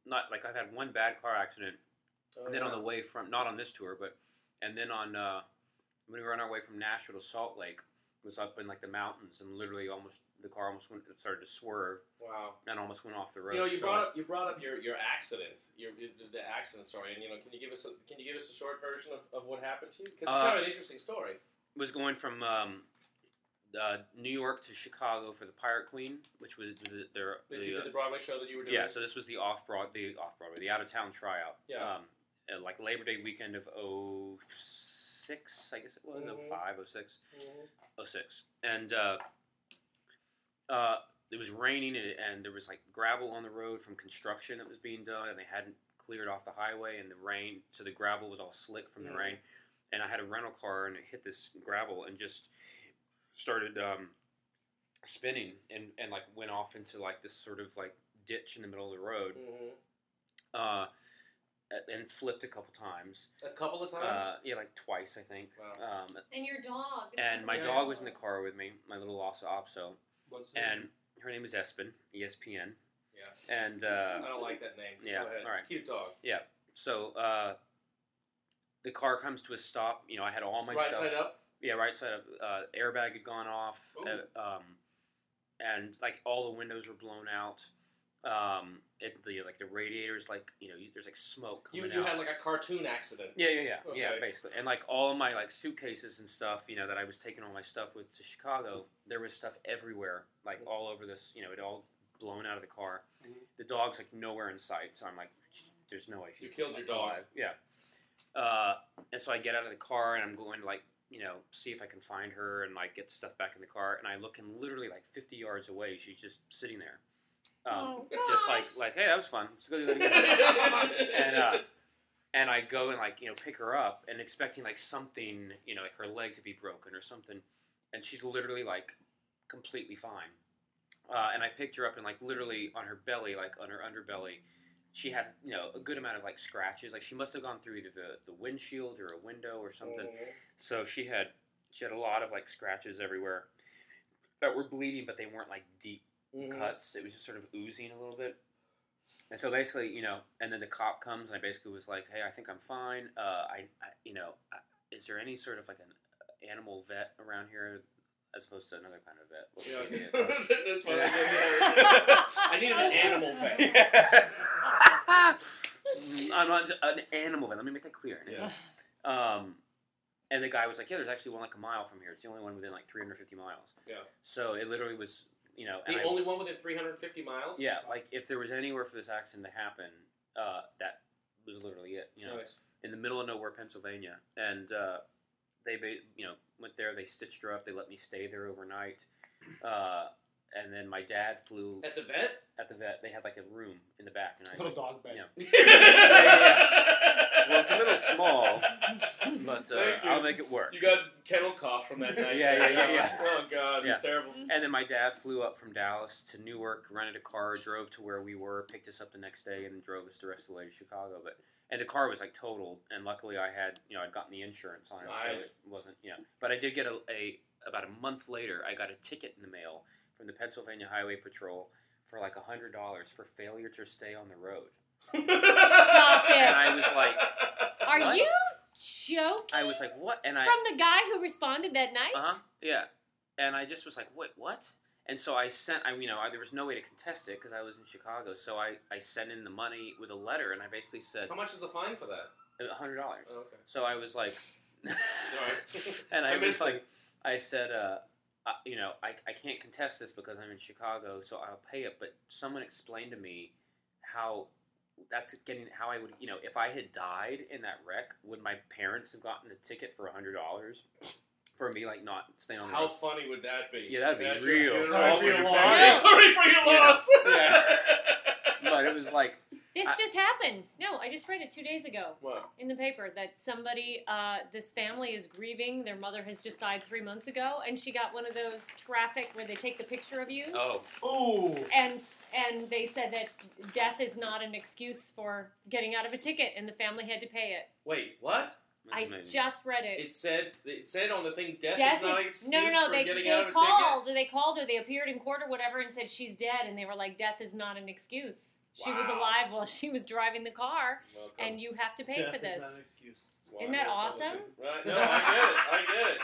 not like I've had one bad car accident,
Oh,
and then on
yeah.
the way from not on this tour, but and then on uh, when we were on our way from Nashville to Salt Lake, it was up in like the mountains, and literally almost the car almost went it started to swerve
Wow.
and almost went off the road.
You know, you
So,
brought
like,
up you brought up your, your accident, your the, the accident story, and you know, can you give us a, can you give us a short version of, of what happened to you? Because it's
Uh,
kind of an interesting story.
was going from um, uh, New York to Chicago for the Pirate Queen, which was the, their
Did
the,
you
uh,
did the Broadway show that you were doing?
Yeah, so this was the off broad, the off Broadway, the out of town tryout.
Yeah.
Um, uh, like Labor Day weekend of oh six, I guess it was oh
Mhm.
five, oh six,
Mhm.
oh six, and uh, uh, it was raining and, and there was like gravel on the road from construction that was being done, and they hadn't cleared off the highway, and the rain, so the gravel was all slick from
Mhm.
the rain, and I had a rental car, and it hit this gravel and just started um, spinning and and like went off into like this sort of like ditch in the middle of the road
Mhm.
uh, and flipped a couple times.
A couple of times. Uh,
Uh, yeah, like twice, I think.
wow.
Um,
And your dog. is
<laughs> and my
really
dog was in
cool.
the car with me, my little Lhasa Opso,
What's the-
and her name is Espen, E ESPN.
Yeah.
And
I
uh,
don't like that name.
yeah,
Go ahead.
alright.
It's a cute dog.
so uh, the car comes to a stop. You know, I had all my
right
stuff.
side up.
Yeah, right side up. Uh, airbag had gone off,
Ooh.
uh, um, and like all the windows were blown out. Um, it, the like the radiators, like you know, you, there's like smoke.
You,
Coming
you
out.
had like a cartoon
<laughs>
accident.
Yeah, yeah, yeah, yeah,
Okay.
basically. And like all my like suitcases and stuff, you know, that I was taking all my stuff with to Chicago, there was stuff everywhere, like all over this, you know, it all blown out of the car.
Mhm.
The dog's like nowhere in sight, so I'm like, there's no way she
You killed your dog.
Yeah. Uh, and so I get out of the car and I'm going to like, you know, see if I can find her and like get stuff back in the car. And I look and literally like 50 yards away, she's just sitting there. Um,
Oh,
Just like,
gosh. <laughs>
like, hey, that was fun. Let's go do that again. and uh, and I go and like you know pick her up and expecting like something you know like her leg to be broken or something, and she's literally like completely fine. Uh, and I picked her up and like literally on her belly, like on her underbelly, she had you know a good amount of like scratches. Like she must have gone through either the the windshield or a window or something.
Mm.
So she had she had a lot of like scratches everywhere that were bleeding, but they weren't like deep
Mhm.
cuts. It was just sort of oozing a little bit. And so basically, you know, and then the cop comes and I basically was like, "Hey, I think I'm fine. Uh, I, I, you know, I, is there any sort of like an uh, animal vet around here as opposed to another kind of vet?" What
Yeah,
would
okay. <laughs>
<laughs> it be?
That's why <laughs> I needed an
<laughs>
animal vet.
Yeah.
<laughs>
<laughs> I'm not an animal vet. Let me make that clear.
Yeah.
Um, and the guy was like, "Yeah, there's actually one like a mile from here. It's the only one within like 350 miles."
Yeah.
So it literally was, you know, and
The
I-
only one within 350 miles.
yeah, like if there was anywhere for this accident to happen, uh, that was literally it. You know,
Nice.
in the middle of nowhere, Pennsylvania, and uh, they, ba- you know, went there. They stitched her up. They let me stay there overnight, uh, and then my dad flew
At the vet.
at the vet. They had like a room in the back,
<laughs>
and I
Little dog bed.
<laughs>
well,
Yeah. well, it's a little small, but uh,
Thank you.
I'll make it work.
You got kennel cough from
<laughs>
that night.
Yeah, yeah, yeah, yeah.
<laughs> Oh god,
Yeah.
it's terrible.
And then my dad flew up from Dallas to Newark, rented a car, drove to where we were, picked us up the next day, and drove us the rest of the way to Chicago. But and the car was like totaled, and luckily I had you know I'd gotten the insurance on it, so
Nice.
it wasn't you know. But I did get a, a about a month later, I got a ticket in the mail from the Pennsylvania Highway Patrol for like a hundred dollars for failure to stay on the road.
<laughs>
Stop it.
And I was <laughs> like,
Are
What?
you joking?
I was like, what? And I
From the guy who responded that night?
Uh huh. Yeah. And I just was like, wait, what? And so I sent, I you know, I, there was no way to contest it because I was in Chicago. So I, I sent in the money with a letter, and I basically said
How much is the fine for that?
a hundred dollars.
Oh, okay.
So I was like, <laughs>
Sorry.
and I,
I
was
missed
like, I said, uh, uh, you know, I, I can't contest this because I'm in Chicago, so I'll pay it. But someone explained to me how that's getting how I would, you know, if I had died in that wreck, would my parents have gotten a ticket for a hundred dollars for me like not staying on the
How
road?
funny would that be?
Yeah, that'd be
That's
real.
just-
Sorry for your
Sorry
loss.
<laughs> Sorry for your
Yeah. <laughs>
loss.
Yeah. But it was like,
This
I-
just happened. No, I just read it two days ago
What?
in the paper that somebody, uh, this family is grieving. Their mother has just died three months ago, and she got one of those traffic where they take the picture of you.
oh,
Ooh.
And and they said that death is not an excuse for getting out of a ticket, and the family had to pay it.
Wait, what?
that's
I
amazing.
just read it.
It said it said on the thing death, is
death
not an
is
excuse
no, no, no.
for
They,
getting
they
out of a
called. They called her. They appeared in court or whatever and said she's dead. And they were like, death is not an excuse. She was
Wow. Oh,
alive while she was driving the car,
ticket. Welcome.
and you have to pay
Death is
for this.
not an excuse.
Well,
Isn't
I
that
know it's
awesome?
probably- Right? No, I get it. I get it.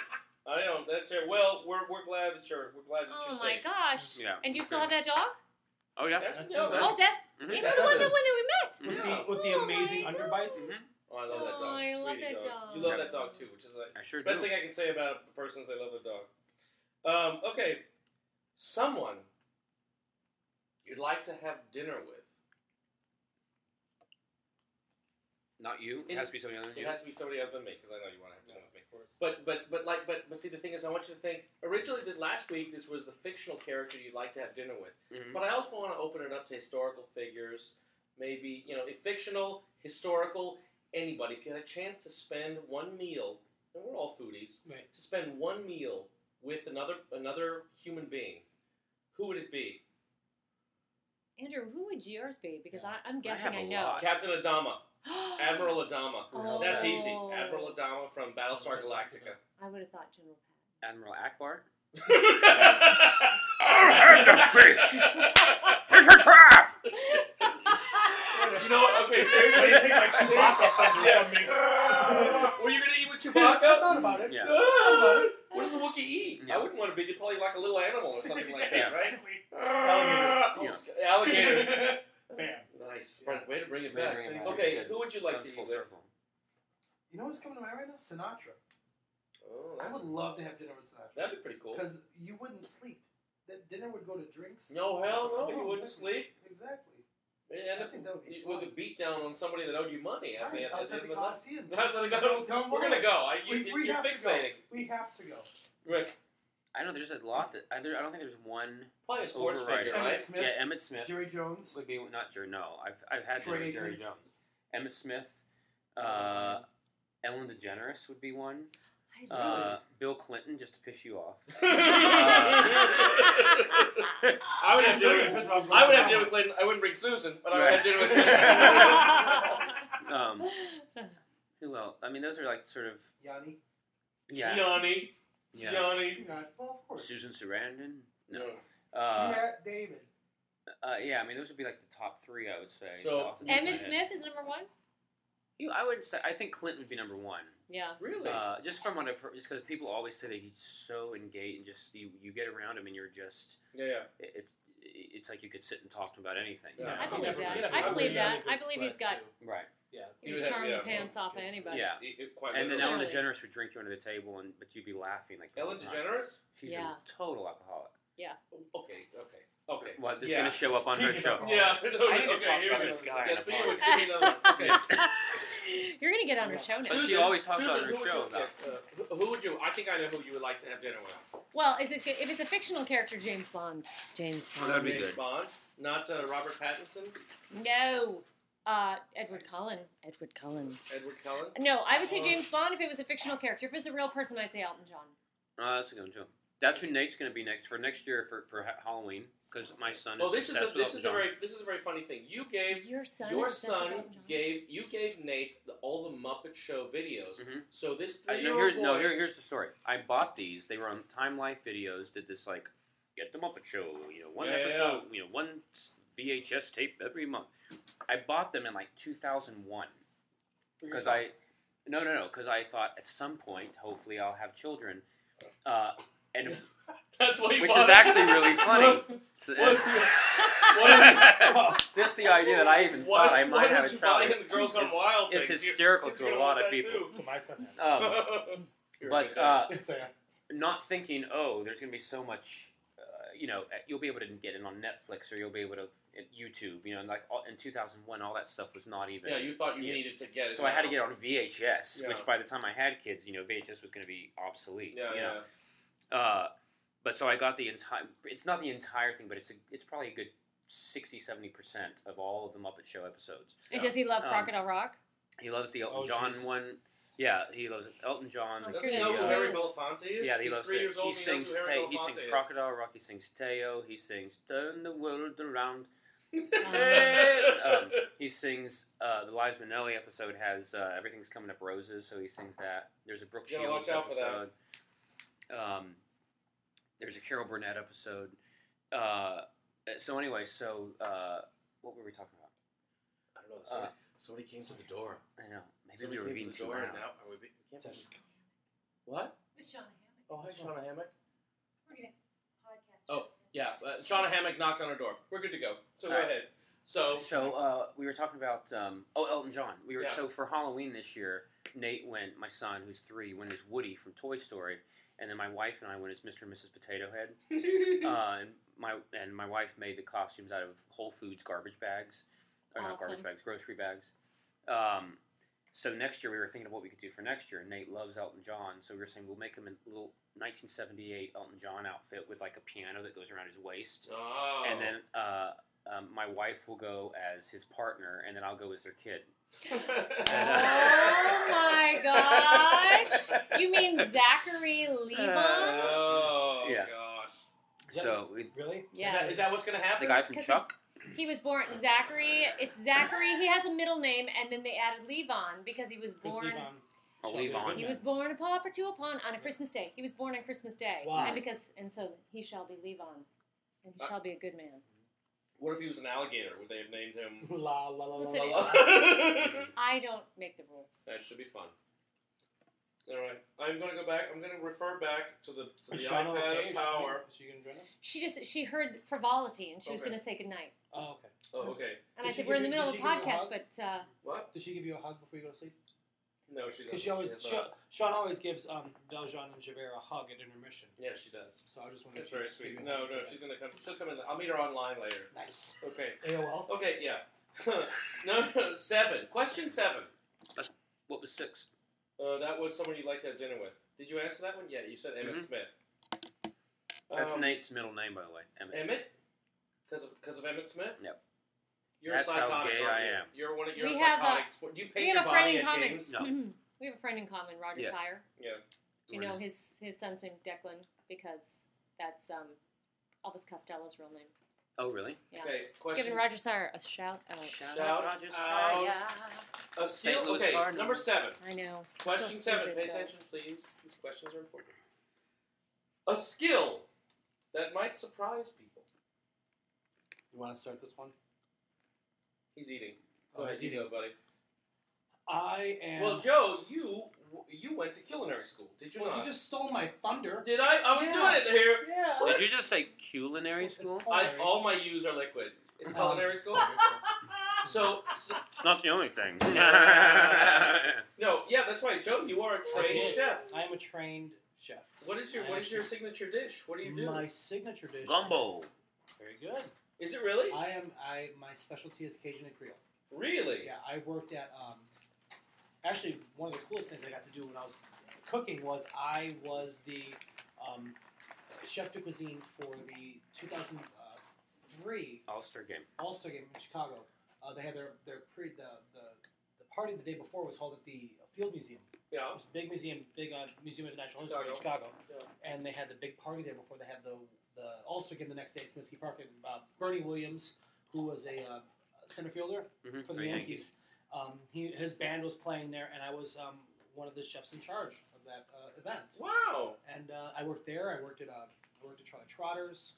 I don't. That's it. Well, we're, we're glad that you're we're glad that you're
Oh my
safe.
gosh!
Yeah.
And you still have that dog?
Oh yeah. Mm-hmm.
That's
That's, no,
the
that's,
oh, that's
Mhm.
it's
That's
the one
awesome.
the one that we
With,
met.
Yeah.
the, with the
Oh my
amazing
God.
underbites.
Mhm.
oh, I love that dog.
Oh, I love
Sweetie
that dog.
You love that dog too, which is like
I sure
best
do.
thing I can say about a person is they love their dog. Um, okay, someone you'd like to have dinner with.
Not you. It has to be something other than
It
you.
has to be somebody other than me because I know you want to have dinner with me. But but but like but but see the thing is I want you to think originally that last week this was the fictional character you'd like to have dinner with.
Mhm.
But I also want to open it up to historical figures, maybe you know, if fictional, historical, anybody. If you had a chance to spend one meal, and we're all foodies,
Right.
to spend one meal with another another human being, who would it be?
Andrew, who would yours be? Because
Yeah.
I, I'm guessing
have
I,
a
<gasps> know.
lot.
Captain Adama, Admiral Adama.
Oh.
That's easy. Admiral Adama from Battlestar
I would have thought General Patton.
Admiral Akbar.
Galactica.
I'll have the fish. It's a trap.
You know what? Okay, seriously.
<laughs>
They take my Chewbacca thunder from me.
Were you gonna eat with
<laughs> I
Chewbacca?
thought about it.
Yeah.
Ah, <laughs> what does a Wookiee eat?
Yeah.
I wouldn't want to be. They're probably like a little animal or something like
Yeah.
that, right?
<laughs> Yeah.
<laughs> Alligators. Oh, alligators.
<laughs> Bam.
Nice.
Yeah.
Way to bring it
Way to
back.
bring it back.
Okay,
Good.
who would you like
Comes
to eat
full
with?
circle.
You know what's coming to mind right now? Sinatra.
Oh,
I
that's-
would love to have dinner with Sinatra.
that'd be pretty cool.
Because you wouldn't sleep. That dinner would go to drinks. Oh,
No, hell no. You wouldn't
Exactly.
sleep.
Exactly.
It'd
I
end
think that would be
up with a beat down on somebody that owed you money
All
at
right,
the at the
outside
end
the
of the night. <laughs>
Coliseum.
Outside the Coliseum.
Come
We're
on.
gonna go. I,
We,
you,
we
you're
have to go.
fixating.
We have to go.
Rick,
I know there's a lot that I, there, I don't think there's one.
probably a sports figure,
Overrated.
Emmett
<laughs>
right? <laughs>
Smith,
Yeah, Emmett Smith
Jerry Jones.
would be not Jerry. No, I've I've had
Troy
Jerry, Jerry
Aikman.
Jones. Emmett Smith. Uh, Ellen DeGeneres would be one.
I love
Uh, Bill Clinton, just to piss you off.
I would have dinner. With, I would have dinner with Clinton. I wouldn't bring Susan, but I would have
<laughs>
dinner with Clinton.
Um,
it.
who else? I mean, those are like sort of
Yanni.
yeah,
Yanni,
yeah.
Yanni.
Not, well, of course.
Susan Sarandon. No.
No.
Uh,
Matt Damon.
uh, yeah, I mean, those would be like the top three, I would say.
So-
off the top of my
Emmett
head.
Smith is number one.
You- I wouldn't say. I think Clinton would be number one.
<gasps> Yeah.
Really?
Uh, just from what I've heard, just because people always say that he's so engaged and just you, you get around him and you're just
yeah, yeah.
it, it, it's like you could sit and talk to him about anything.
Yeah.
I believe
Never-
that.
never-
I believe
really-
that. I believe he's got-
Right.
He
You
would
would
have-
charm
yeah,
the pants
well,
off of
yeah.
anybody.
Yeah.
It- it quite
And then Ellen
literally.
Literally.
DeGeneres would drink you under the table, and but you'd be laughing like the
Ellen
whole time.
DeGeneres. Oh,
She's
Yeah.
a total alcoholic.
Okay, okay, okay.
Well, this
Yeah.
is gonna show up on her
Speaking
show.
of-
Yeah. <laughs> No, no,
Oh. I need to
okay,
talk
here
about
we go.
this guy in
Yeah,
a
speaking
bar.
of which, give me
<laughs>
the- okay.
You're gonna get on her show
But
now.
she
Susan-
always talks
Susan,
about her
who would
show
you
about-
pick? Uh, who- who would you? I think I know who you would like to have dinner with.
Well, is it good? if it's a fictional character, James Bond? James
Well, Oh,
Bond.
that'd be
James
good.
Bond, not uh, Robert Pattinson,
No. Uh, Edward Cullen. Edward Cullen.
Edward Cullen.
No, I would say
Oh.
James Bond if it was a fictional character. If it was a real person, I'd say Elton John.
Oh, that's a good joke. That's who Nate's going to be next for next year for, for ha- Halloween because my son.
Well,
is
this is the,
obsessed with
this is the
Elton John.
very this is a very funny thing. You gave
Your son.
your
is obsessed with
son
Elton John.
gave you gave Nate the, all the Muppet Show videos.
Mhm.
So this
I,
three year
no, here's,
old
no here, here's the story. I bought these. They were on Time Life Videos. Did this like get the Muppet Show? You know, one
Yeah, yeah,
episode. You know, one VHS tape every month. I bought them in like 2001 because I no no no because I thought at some point hopefully I'll have children, uh, and
<laughs> that's what <laughs> you
which
bought.
is
<laughs>
actually really funny. <laughs> So-
What, what,
<laughs> just the idea that I even
what,
thought I
why
might have
would
a
you
child
buy him
is-
the Girls Gone
is-
Wild
is
thing? Kids-
hysterical
kids
to
are
a
gonna
lot
want
of
that
people.
too.
So my son has.
um,
<laughs> You're a
but
good guy.
uh,
It's a-
not thinking, oh, there's going to be so much, uh, you know, you'll be able to get it on Netflix or you'll be able to at YouTube, you know, and like all, in 2001, all that stuff was not even.
yeah, you thought you
yeah.
needed to get it.
so I had to
now.
get on VHS,
Yeah.
which by the time I had kids, you know, VHS was going to be obsolete.
Yeah,
you
yeah.
know? Uh, but so I got the entire. It's not the entire thing, but it's a, it's probably a good 60, 70 percent of all of the Muppet Show episodes.
And does he love
Um,
<laughs>
Crocodile Rock?
He loves the Elton
Oh,
John
jeez.
one. Yeah, he loves Elton John.
Oh,
Doesn't
Screw
he
that
know who
too.
Harry Belafonte is?
Yeah, he
He's
loves
three
it.
years old.
he
and
sings
knows who Harry
Te- he
Belafonte
sings
is. <laughs>
Crocodile Rock. He sings Teo. He sings Turn the World Around. Um, he sings uh, the Lies Minnelli episode has uh, everything's coming up roses, so he sings that. There's a Brooke
Gotta
Shields
watch out for that.
episode. Um, there's a Carol Burnett episode. Uh, so anyway, so uh, what were we talking about?
I don't know.
Uh,
Somebody, somebody came to the door.
I know maybe
Somebody
we were
came
being
to the
too
door, and
loud.
now are we be- we can't be- What?
It's Sean
Oh, hi, Shauna Hammock.
Podcast.
Oh. Yeah, uh, Shauna Hammock knocked on her door. We're good to go. So go
All right.
ahead. So
So uh, we were talking about um, oh Elton John. We were
Yeah.
so for Halloween this year, Nate went. My son, who's three, went as Woody from Toy Story, and then my wife and I went as Mr. and Mrs. Potato
<laughs>
Head. Uh, and my and my wife made the costumes out of Whole Foods garbage bags, or not
Awesome.
garbage bags, grocery bags. Um, so next year we were thinking of what we could do for next year. Nate loves Elton John, so we were saying we'll make him a little 1978 Elton John outfit with like a piano that goes around his waist
oh.
and
<laughs>
then uh, um, my wife will go as his partner, and then I'll go as their kid.
Oh my gosh! You
<laughs>
mean Zachary
uh,
Levi?
Oh <laughs>
Yeah.
gosh.
Yeah.
So we-
Really?
Is that, is
Yes.
that what's gonna happen?
the guy from
'Cause
Chuck,
He was born Zachary. It's Zachary. He has a middle name, and then they added Levon because he was
Chris
born.
Evans.
I'll
Shelby
leave on.
He was born a pauper to a pawn on a Christmas day. He was born on Christmas day,
Wow.
and because and so he shall be Levon, and he shall be a good man.
what if he was an alligator? Would they have named <laughs> him?
La la la la
Listen,
la. la. <laughs>
that
I don't make the rules.
should be fun. All right, I'm gonna go back. I'm gonna refer back to the to the
Is Shauna okay?
iPad of
Is she coming?
power.
Is she gonna join us?
She just she heard frivolity, and she was
Okay.
going to say goodnight.
Oh, okay.
Oh, okay.
And I
Did she
said we're in the
give you-
middle of
did
the
she give you a
podcast, but uh,
What?
Does she give you a hug before you go to sleep?
No, she doesn't.
Because she always,
has
Sha
not.
Sean always gives um, Valjean and Javert a hug at intermission.
Yeah, she does.
So I just wanted
That's
to
very sweet. No, no, she's gonna come. She'll come in. I'll meet her online later.
nice.
Okay.
AOL.
Okay. Yeah. <laughs> no. Seven. Question seven.
What was six?
Uh, that was someone you'd like to have dinner with. Did you answer that one? Yeah, you said Emmett
Mhm.
Smith.
That's
Um,
Nate's middle name, by the way. Emmett.
Emmett, because of because of Emmett Smith.
Yep.
You're
That's
a
how
psychotic.
gay
aren't
I
you?
am.
You're one. Of, you're
We
a
have, uh,
psychotic. What- Do you paint
we
your
have a friend
body
in
at
common.
games?
No.
uh, <clears throat> we have a friend in common, Roger
Yes.
Tyre.
Yeah.
Do you
We're
know
just-
his his son's name Declan because that's um, Elvis Costello's real name.
Oh, really?
Yeah.
Okay. Questions.
Giving Roger Tyre a shout out.
Shout,
Shout
out, Roger
out.
Sire.
A steal-
St. Louis
okay.
Cardinals.
Number seven.
I know. <laughs> Still
Question seven.
stupid,
Pay
though.
attention, please. These questions are important. A skill that might surprise people.
You want to start this one?
He's eating.
Oh,
Go ahead,
he's
you
eating.
go, buddy.
I am.
Well, Joe, you you went to culinary school, did you
Well,
not?
you just stole my thunder.
Did I? I was
Yeah.
doing it here.
Yeah.
What?
Did you just say culinary
It's
school?
called-
I, all my U's are liquid. It's
Um,
culinary
<laughs>
school. So, so
It's not the only thing.
no, yeah, that's right. Joe, you are a
I
trained
did.
chef.
I am a trained chef.
What is your
I
What is your signature dish? What do you do?
My signature dish.
<laughs> Gumbo.
Is, very good.
is it really?
I am. I my specialty is Cajun and Creole.
Really?
Yeah, I worked at. Um, actually, one of the coolest things I got to do when I was cooking was I was the um, chef de cuisine for the 2003
All-star game.
All Star Game in Chicago. Uh, they had their their pre the, the the party the day before was held at the Field Museum.
Yeah.
It was a big museum, big uh, museum of natural history in Chicago, and they had the big party there before they had the the All Star Game the next day at Comiskey Park. And uh, Bernie Williams, who was a uh, center fielder
Mhm,
for the Yankees. Um, he, his band was playing there, and I was um, one of the chefs in charge of that uh, event.
Wow.
And uh, I worked there. I worked at uh, I worked at Charlie Trotters.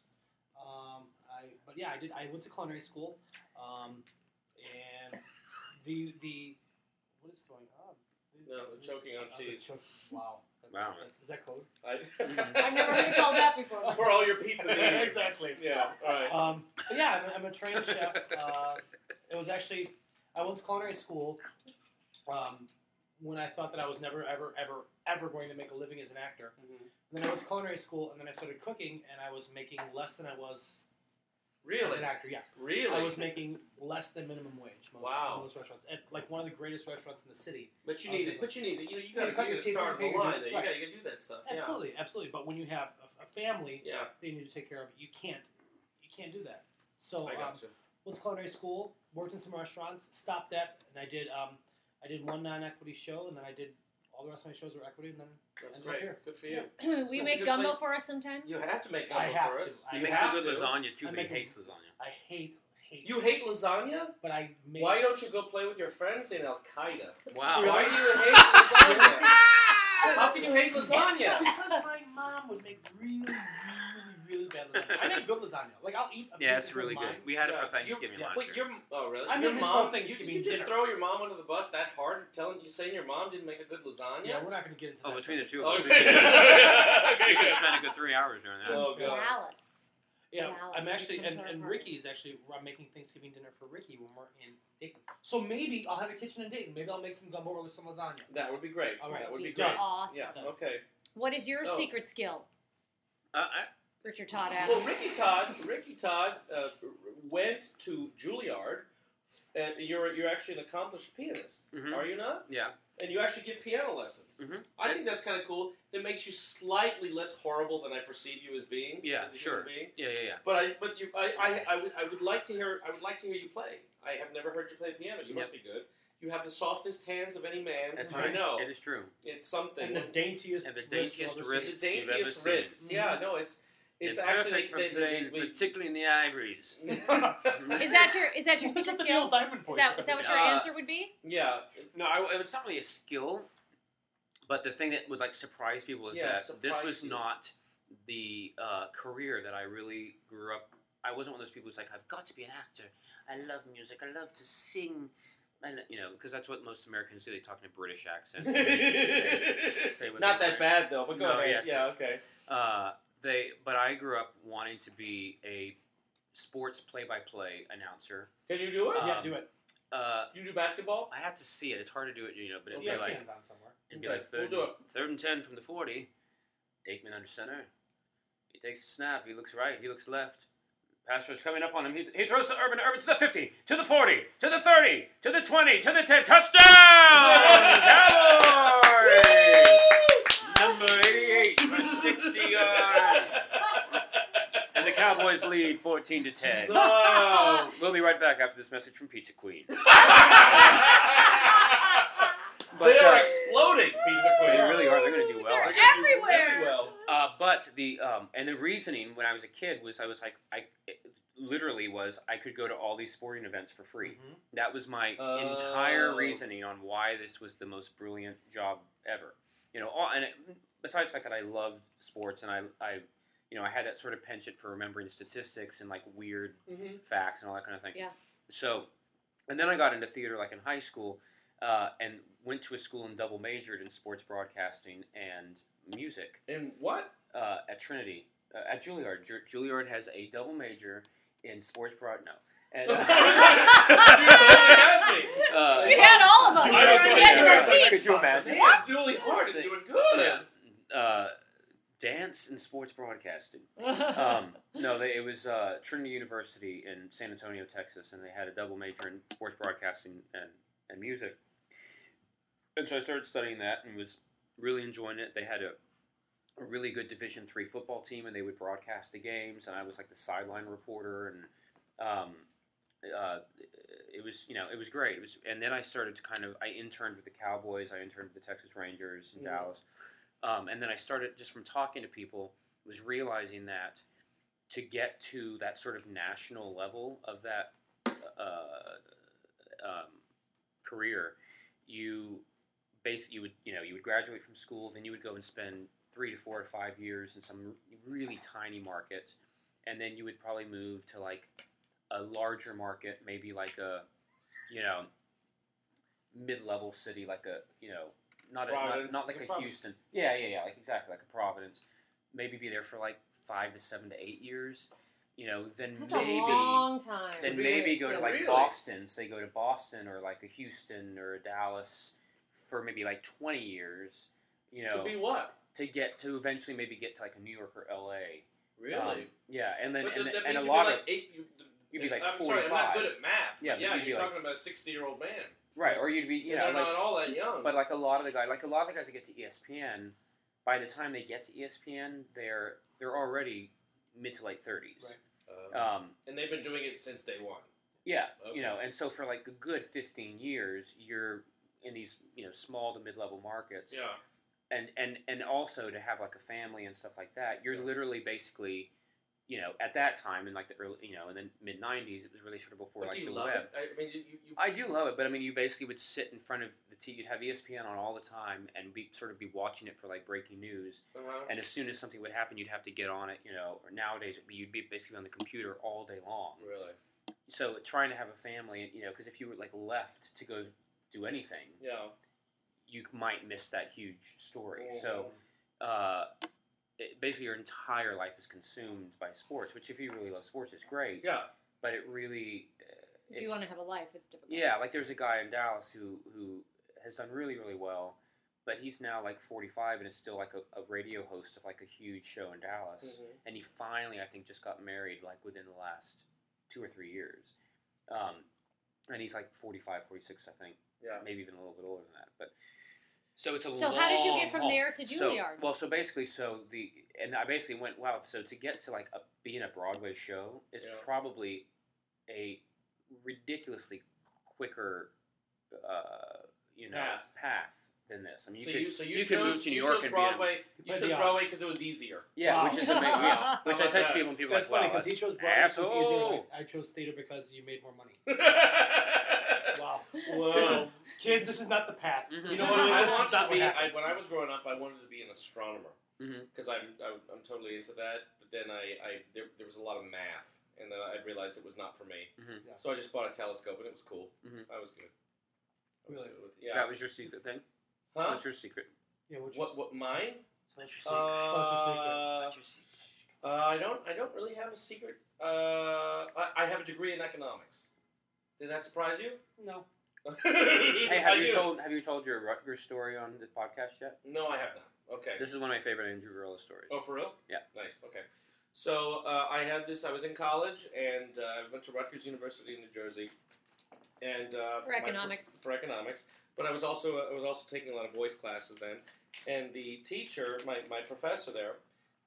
Um, I but yeah, I did. I went to culinary school, um, and the the what is going on?
No, I'm choking on
Oh, the
cheese.
choke- Wow. That's,
Wow.
That's, is that code?
<laughs>
I,
I've never heard it called that before.
for all your
<laughs>
pizza needs.
Exactly.
Yeah. All right.
Um, but yeah, I'm, a- I'm a trained chef. Uh, it was actually I went to culinary school um, when I thought that I was never, ever, ever, ever going to make a living as an actor.
Mm-hmm.
And then I went to culinary school, and then I started cooking, and I was making less than I was as
Really?
an actor. Yeah,
Really?
I was making less than minimum wage. Most,
Wow.
Most restaurants, at like one of the greatest restaurants in the city.
But you
I was
need it.
making-
But you need it. You know, you
Yeah,
gotta,
you cut
you
your
gotta
teeth,
start
you
the
pay your
line
dues,
there. You
right.
gotta, you gotta do that stuff. Yeah.
Absolutely, absolutely. But when you have a, a family
Yeah.
that you need to take care of, you can't, you can't do that. So
I
um,
gotcha.
went to culinary school, worked in some restaurants, stopped that, and I did um, I did one non-equity show, and then I did all the rest of my shows were equity, and then
That's
I'm
great.
here.
Good for you.
Will
That's
you
a
make
good
gumbo
place-
for us sometime?
You have to make
I
gumbo
have
for
to.
us.
He
I
makes
have
a good
to.
lasagna too,
I
but he
make a-
hates lasagna.
I hate hate,
You hate lasagna?
but I made
Why don't you go play with your friends in Al Qaeda?
Wow.
Why do you
<laughs>
hate lasagna? How can you hate lasagna?
<laughs> because my mom would make really, really, really bad lasagna. I make good lasagna. Like I'll eat. A
Yeah,
piece
it's
of
really
mine.
good. We had it
Yeah,
for Thanksgiving
yeah.
last
Wait,
year.
your oh really?
I
your
mean, this
mom?
whole thing is
You,
gonna
you
be
just
dinner.
throw your mom under the bus that hard? Telling you saying your mom didn't make a good lasagna?
Yeah, we're not going to get into
Oh,
that.
between the two of us,
Okay. <laughs>
we <laughs> could we
Okay,
could
good.
spend a good three hours doing that.
Oh god.
Dallas.
Yeah,
Dallas,
I'm
you
actually,
can
and,
throw a
and
party.
Ricky is actually. I'm making Thanksgiving dinner for Ricky when we're in Dayton. So maybe I'll have a kitchen in Dayton. Maybe I'll make some gumbo or some lasagna.
That would be great.
All right,
that would be
done.
great.
awesome.
Yeah.
Done.
Okay.
What is your
Oh.
secret skill,
Uh, I,
Richard Todd Adams?
Well, Ricky Todd, Ricky Todd uh, went to Juilliard, and you're you're actually an accomplished pianist,
Mhm.
are you not?
yeah.
And you actually give piano lessons.
Mhm.
I think that's kind of cool. That makes you slightly less horrible than I perceive you as being.
Yeah,
as a
sure.
Human being.
Yeah, yeah, yeah.
But I, but you, I, I, I, would, I would like to hear. I would like to hear you play. I have never heard you play piano. You must be good. You have the softest hands of any man.
That's
I
right.
know.
It is true.
it's something.
And the daintiest,
And the
wrist you'll
daintiest
ever see.
it's
wrist.
the
wrists you've ever
daintiest
seen.
wrists. Yeah,
Mm-hmm.
no, it's it's, actually
perfect for
they, they,
playing, particularly in the ivories.
they-
<laughs> Todd.
Is that your is that your
What's
secret
with the Neil
skill?
Diamond
Is
voice?
that is that what your
Uh,
answer would be?
<laughs> yeah,
No, I, it's not really a skill, but the thing that would like surprise people is
Yeah,
that this
surprise
was
you.
not the uh, career that I really grew up. I wasn't one of those people who's like, I've got to be an actor. I love music. I love to sing. And you know, because that's what most Americans do. They talk in a British <laughs> accent. They say
<laughs>
what
not
they
that
say.
bad though. But go
No,
ahead.
yeah,
Yeah, okay.
Uh, they, but I grew up wanting to be a sports play-by-play announcer.
Can you do it?
Uh,
yeah,
um,
do it.
Uh,
you do basketball?
I have to see it. It's hard to do it, you know, but it'd
Well,
be like
ESPN's on somewhere.
It'd be
Okay,
like
we'll
3rd
do
and, third and ten from the forty. Aikman under center. He takes the snap. He looks right. He looks left. Pass rush coming up on him. He, he throws to Urban. Urban to the fifty, to the forty, to the thirty, to the twenty, to the ten. Touchdown! Cowboys!
<laughs>
Number eighty-eight for sixty yards, and the Cowboys Cowboys lead 14 to 10.
<laughs>
No.
We'll be right back after this message from Pizza Queen.
they
But,
are
uh,
exploding, Pizza
They
Queen.
really are. They're going to do well.
They're
I
They're gonna do
everywhere.
really well.
Uh, but the um, and the reasoning when I was a kid was I was like I it literally was I could go to all these sporting events for free. That was my entire
Oh.
reasoning on why this was the most brilliant job ever. You know, all, and it, besides the fact that I loved sports and I I you know I had that sort of penchant for remembering statistics and like weird
Mhm.
facts and all that kind of thing.
Yeah.
So, and then I got into theater like in high school, uh, and went to a school and double majored in sports broadcasting and music
And what? <laughs>
uh, at Trinity uh, at Juilliard. Ju- Juilliard has a double major in sports broad. No. And, <laughs> uh,
You had all of us.
Dude,
You
I
were
was
on the
gonna
edge
say,
of our
I was
seats.
Could you imagine?
Damn, Julie Hart is doing good.
yeah, <laughs> uh, dance and sports broadcasting. Um, no, they, it was uh, Trinity University in San Antonio, Texas, and they had a double major in sports broadcasting and, and music. And so I started studying that and was really enjoying it. They had a, a really good Division three football team, and they would broadcast the games, and I was like the sideline reporter, and um, uh, it was you know it was great. It was, and then I started to kind of I interned with the Cowboys, I interned with the Texas Rangers in
Mhm.
Dallas, um, and then I started just from talking to people was realizing that to get to that sort of national level of that uh, um, career, you basically you would you know you would graduate from school, then you would go and spend three to four to five years in some really tiny market, and then you would probably move to like a larger market, maybe like a you know mid-level city, like a you know not a, not,
Providence.
not like
Like
a
Providence.
Houston, yeah yeah yeah, like exactly like a Providence, maybe be there for like five to seven to eight years, you know, then
That's
maybe
a long time.
then
To
maybe
begin,
go to
so
like
really-
Boston. So they go to Boston or like a Houston or a Dallas for maybe like twenty years, you know,
To be what?
to get to eventually maybe get to like a New York or LA.
Really?
Um, yeah, and then
but
and,
that- that
and a
means you'd
lot
be
of
like eight. You,
you'd be like
I'm sorry, I'm not
45.
good at math. but
Yeah,
Yeah,
but you'd be
you're
like-
talking about a 60 year old man.
right, or you'd be you know
they're
like,
not all that young.
but like a lot of the guys, like a lot of the guys that get to E ESPN, by the time they get to E ESPN, they're they're already mid to late thirties.
Right.
Um,
Um,
and they've been doing it since day one.
Yeah,
Okay.
you know, and so for like a good fifteen years, you're in these you know small to mid level markets,
Yeah.
and and and also to have like a family and stuff like that, you're
Yeah.
literally basically, you know, at that time in like the early, you know, in the mid '90s, it was really sort of before
But
like
do you
the
love
web.
it? I mean, you, you, you,
I do love it, but I mean, you basically would sit in front of the T. You'd have E ESPN on all the time, and be sort of be watching it for like breaking news.
uh-huh.
And as soon as something would happen, you'd have to get on it, you know. Or nowadays, it'd be, you'd be basically on the computer all day long
really?
so trying to have a family you know because if you were like left to go do anything
Yeah.
you might miss that huge story so uh, it, basically your entire life is consumed by sports which if you really love sports is great
Yeah.
but it really uh,
if you
it's-
want to have a life, it's difficult.
yeah like there's a guy in dallas who who has done really really well but he's now like 45 and is still like a, a radio host of like a huge show in dallas
Mm-hmm.
and he finally I think just got married like within the last two or three years. Um, and he's like 45, 46, I think,
Yeah.
maybe even a little bit older than that. But so it's a
So how did you
long
get from
haul.
there to
So-
Juilliard?
well, so basically, so the and I basically went wow. So to get to like a, being a Broadway show is
Yeah.
probably a ridiculously quicker, uh, you know, path.
Path.
than this. I mean, you
So
could
you, so you,
you could
chose,
move to New
you
York
chose
and be in-
Broadway. You
Play
chose
the
Broadway
odds.
because it was
<laughs>
easier.
yeah,
Wow.
which is amazing.
<laughs>
Yeah,
How
which I
about
said to
that?
people, and people are
That's
like,
funny
wow,
because he chose Broadway.
asshole.
because he's easier. Like, I chose theater because you made more money. Wow.
Whoa.
This is- Kids, this is not the path.
Mhm.
Mm-hmm.
You know what?
This
I
is
wanted
not
to be. I,
happens.
when I was growing up, I wanted to be an astronomer
Mhm.
because I'm, I'm I'm totally into that. But then I, I there, there was a lot of math, and then I realized it was not for me.
Mhm.
Yeah.
So I just bought a telescope, and it was cool.
Mhm.
I was good. I was
Really?
good with- yeah.
that was your secret thing.
Huh?
What's your secret?
yeah, which
What? What? Mine?
What's your
Uh, uh, I don't. I don't really have a secret. Uh, I, I have a degree in economics. Does that surprise you? <laughs>
No.
Hey, have
I
you
do.
told have you told your Rutgers story on the podcast yet?
No, I have not. Okay.
This is one of my favorite Andrew Varela stories.
Oh, for real?
Yeah.
Nice. Okay. So uh, I had this. I was in college, and uh, I went to Rutgers University in New Jersey, and uh,
For
my-
economics.
for economics. But I was also I was also taking a lot of voice classes then, and the teacher, my, my professor there,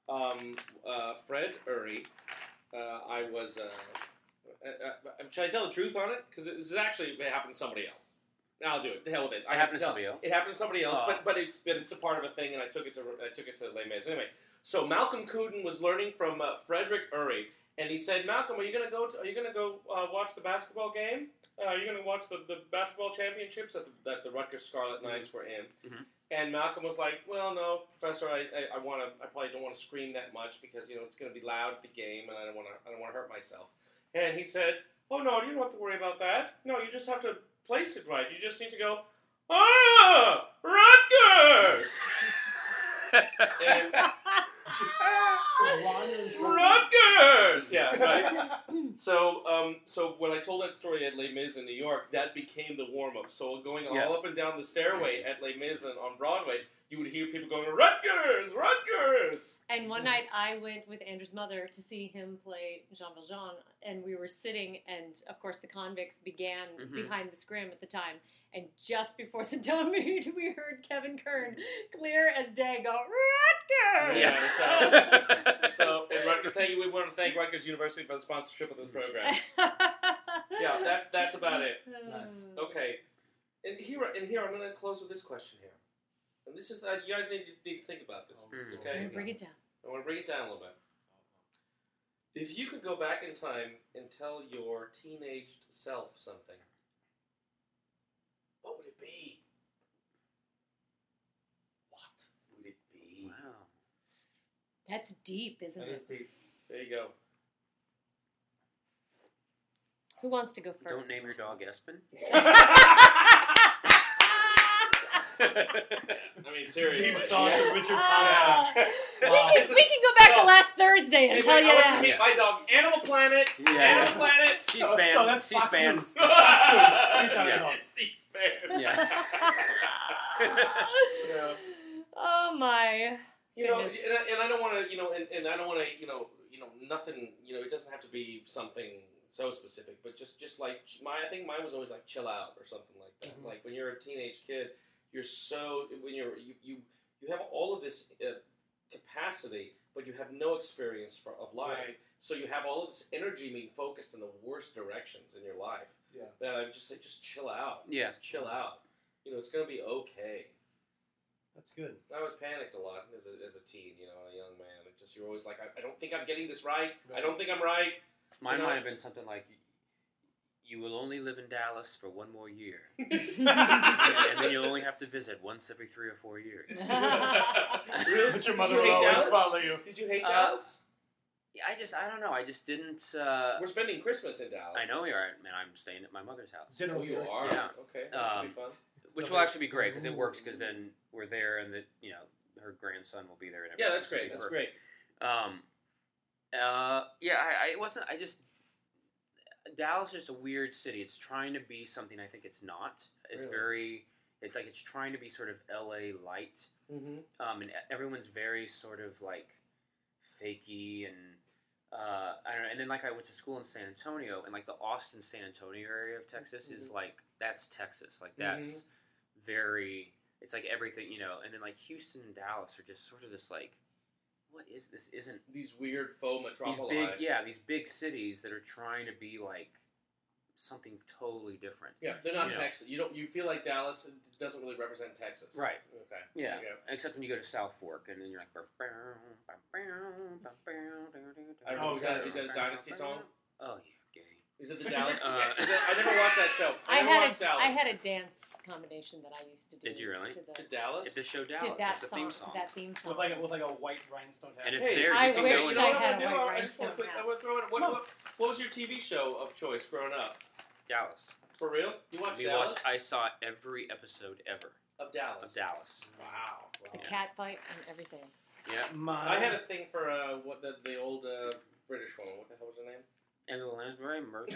um, uh, Fred Uri, uh, I was. Uh, uh, uh, should I tell the truth on it? Because this is actually it happened to somebody else. Now I'll do it. The hell with it. I
It
have to
happened to
tell.
somebody else.
It happened to somebody else,
Oh.
but but it's but it's a part of a thing, and I took it to I took it to Les Mis. Anyway, so Malcolm Cooden was learning from uh, Frederick Uri, and he said, "Malcolm, are you gonna go? To, are you gonna go uh, watch the basketball game? Uh, are you gonna watch the, the basketball championships that the, that the Rutgers Scarlet Knights were in?"
Mhm.
And Malcolm was like, "Well, no, Professor, I, I, I want to. I probably don't want to scream that much because you know it's gonna be loud at the game, and I don't want to. I don't want to hurt myself." And he said, "Oh no, you don't have to worry about that. No, you just have to place it right. You just need to go." Ah, Rutgers! And Rutgers! Yeah, right. So, um, so when I told that story at Les Mis in New York, that became the warm up. So going
Yeah.
all up and down the stairway at Les Mis and on Broadway, you would hear people going Rutgers, Rutgers.
And one night I went with Andrew's mother to see him play Jean Valjean, and we were sitting, and of course the convicts began
Mhm.
behind the scrim at the time. And just before the <laughs> down beat, we heard Kevin Kern, clear as day, go Rutgers.
Yeah,
Yeah.
<laughs> So, and Rutgers, thank you. We want to thank Rutgers University for the sponsorship of this program.
<laughs>
Yeah, that's that's about it.
Uh,
Nice.
Okay, and here and here I'm going to close with this question here, and this is uh, you guys need to, need to think about this.
Mm.
I'm
Okay,
gonna bring it down.
I want to bring it down a little bit. If you could go back in time and tell your teenaged self something, what would it be? What would it be?
Wow.
That's deep, isn't
<laughs>
it?
deep.
There you go.
Who wants to go
Don't
first?
name your dog Espen.
I mean, seriously.
Deep
Yeah.
thoughts of Richard
<laughs> Ah.
Pryor.
we,
Wow.
can, we can go back
No.
to last Thursday and
Hey,
tell
wait,
you
I want you to
that.
meet my dog, Animal Planet. Animal
Yeah.
Planet.
C-SPAN.
<laughs> No, that's Fox
C-SPAN.
News. Fox News. Three times
Yeah.
on.
C-SPAN.
<laughs>
<laughs>
Yeah.
Oh
<laughs>
my.
You know, and
Goodness.
I, and I don't want to, you know, and, and I don't want to, you know, you know, nothing, you know, it doesn't have to be something so specific, but just, just like my, I think mine was always like chill out or something like that.
Mhm.
Like when you're a teenage kid, you're so when you're you you, you have all of this uh, capacity, but you have no experience for, of life.
Right.
So you have all of this energy being focused in the worst directions in your life.
Yeah.
That I just say, just chill out.
Yeah.
Just chill out. You know, it's gonna be okay.
That's good.
I was panicked a lot as a, as a teen, you know, a young man. It just you're always like, I, I don't think I'm getting this right. I
<laughs>
don't think I'm <laughs> right.
Mine
You know-
might have been something like, "You will only live in Dallas for one more year, and <laughs> then you'll only have to visit once every three or four years."
Really?
But
Did
your
you
mother will
hate
always
Dallas?
follow you.
Did you hate
Uh,
Dallas?
Yeah, I just, I don't know. I just didn't. Uh,
We're spending Christmas in Dallas.
I know we are, and I'm staying at my mother's house,
Dinner
Oh, you
with-
are.
Yeah.
Okay. That should
Um,
be fun.
which will actually be great because it works. Because then we're there, and the you know her grandson will be there. And
Yeah,
everything.
that's
It's gonna
great.
be
That's
perfect.
great.
Um, uh, yeah, I, I it wasn't. I just Dallas is just a weird city. It's trying to be something I think it's not. It's
Really?
very. It's like it's trying to be sort of L.A. light,
Mm-hmm.
um, and everyone's very sort of like fakey and. Uh, I don't know, and then like I went to school in San Antonio, and like the Austin San Antonio area of Texas is
Mhm.
like that's Texas, like that's very. It's like everything you know, and then like Houston and Dallas are just sort of this like, what is this? Isn't
These weird faux
these
metropoli.
big yeah these big cities that are trying to be like something totally different
yeah, they're not
you know.
Texas. You don't. You feel like Dallas doesn't really represent Texas.
right
Okay.
yeah
Yeah.
except when you go to south fork and then you're like "Bow, bow, bow, bow, bow, bow, do, do, do,
I don't
know, is that-
bow,
is that a
bow,
Dynasty
bow."
song?
oh you're gay
Is it the Dallas?
<laughs> Uh,
is it, I never watched that show.
I
I, never
had
watched
a
Dallas.
I had a dance combination that I used to do.
Did you really?
To, the,
to
to,
Dallas.
at the show dallas
that
it's a
song,
theme song
that theme song.
With like a, with like a white rhinestone hat.
And it's
Hey,
there you
I
can
wish
go
that
and
I
watch
had a
You know
white
what I just
rhinestone
wanna put-
hat.
I wanna throw in- what,
Come on.
what, what was your TV show of choice growing up?
dallas
For real? You watched
we
Dallas?
watched i saw every episode ever
of Dallas.
of dallas
Wow.
the
wow.
Yeah.
cat fight and everything.
yeah
Mine.
I had a thing for uh, what the, the old uh, British one. What the hell was her name? <laughs>
and the lansbury murder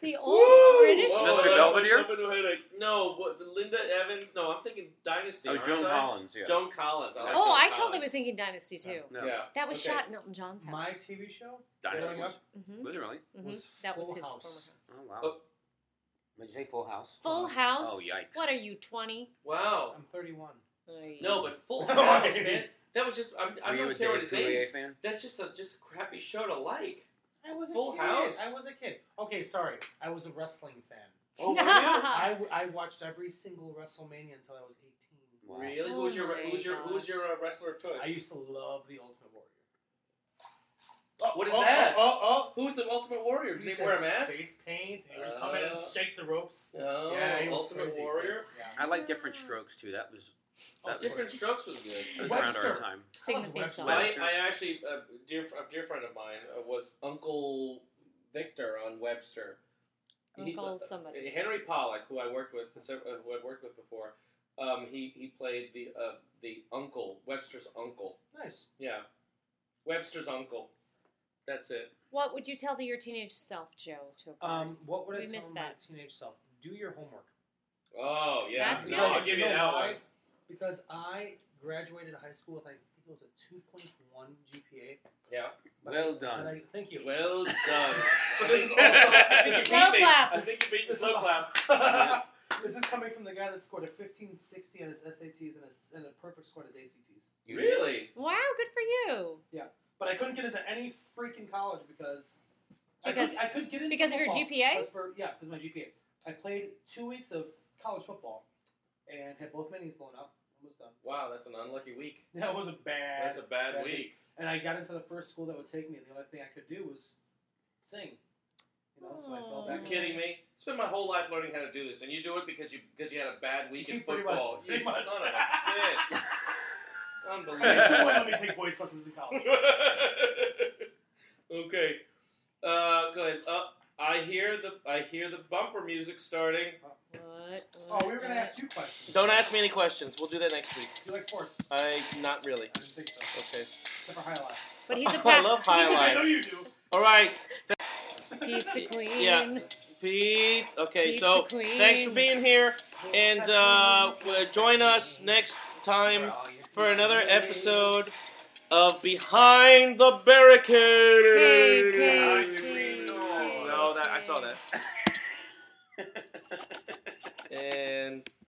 The <laughs> old British.
Whoa.
one.
Mr. Belvedere?
No, what, Linda Evans. No, I'm thinking Dynasty.
oh
aren't
joan
I?
collins yeah
Joan Collins. I like
Oh,
Joan
I
Collins.
totally was thinking Dynasty too.
no
Yeah.
That was
Okay.
shot in Elton John's house.
My TV show
dynasty
Growing up,
hmm
was it really
Mm-hmm.
hmm
was
That was
Full
his
House.
former
Oh wow!
house.
Oh.
Did you say Full House?
Full House?
Oh yikes!
What are you, 20?
Wow.
I'm 31.
No, but <laughs>
<laughs>
<laughs>
Full House, man. That was just. I'm, I
Were you
don't
a
care what
Dave
his
Coulier
age.
fan?
That's just a just a crappy show to
<laughs>
like.
I was a
Full
kid.
House.
I was a kid. Okay, sorry. I was a wrestling fan.
<laughs> Oh, really?
I, I watched every single WrestleMania until I was 18.
Wow.
Really?
Oh
who was your
my
who was your who was your uh, wrestler of choice?
I used to love the Ultimate Warrior.
What is
oh,
that?
Oh, oh,
Who's the Ultimate Warrior?
oh.
Did
He
he
said
wear a mask?
Face paint. He would come in and
Uh,
shake the ropes.
No.
yeah, he was
Ultimate
crazy.
Warrior.
I
Yeah.
like different strokes too. That was
Oh,
that was,
different strokes was good.
that was around
Webster.
our time.
Sing
Love
with
the
me,
website.
John.
I,
Webster.
I actually a dear a dear friend of mine uh, was Uncle Victor on Webster. He- uh,
Uncle somebody.
Henry Pollock, who I worked with, uh, who I'd worked with before, um, he he played the uh, the uncle Webster's uncle.
Nice.
Yeah, Webster's uncle. That's it.
What would you tell to your teenage self, Joe? To
Um, what would I
We
tell
missed
my
that.
teenage self? Do your homework.
Oh yeah,
That's
no,
good.
I'll give you
know
that
why?
one.
Because I graduated high school with I think it was a 2.1 GPA.
Yeah.
But
Well
I-
done.
but I- thank you. <laughs>
Well done.
But this is also-
I
<laughs>
think you
Slow
beat me.
clap.
I think you beat me.
This
Slow
is- <laughs>
clap.
this is coming from the guy that scored a 1560 on his SATs and a, and a perfect score on his ACTs.
You did.
Really?
Wow, good for you.
But I couldn't get into any freaking college because
Because-
I, could, I could get into
because of your
football.
GPA?
As for- yeah, because of my GPA. I played two weeks of college football and had both my knees blown up. Almost done.
Wow, that's an unlucky week.
That was a bad.
That's a bad
bad
week.
and I got into the first school that would take me, and the only thing I could do was sing. You know, so I fell
Aw.
Are you
back. <laughs>
kidding me? Spent my whole life learning how to do this, and you do it because you because you had a bad week in
Pretty much,
football.
pretty
you
much.
son
<laughs>
of a bitch.
I still wouldn't
Unbelievable.
let me take voice lessons in college.
<laughs> okay. Uh, go ahead. Uh, I hear the I hear the bumper music starting.
What?
Oh, we were gonna ask you questions.
Don't ask me any questions. We'll do that next week.
Do you like sports?
I not really.
I didn't think so.
Okay.
Except for high life.
But he's a
I love
he's a
highlight.
I know you do.
All right,
<laughs>
Pizza queen.
Yeah. Pete. Okay,
Pizza
so
queen.
thanks for being here, and uh, well, join us next time for another episode of Behind the
Cake,
Barricade.
cake, cake,
No, Oh, that I saw
cake.
<laughs> that.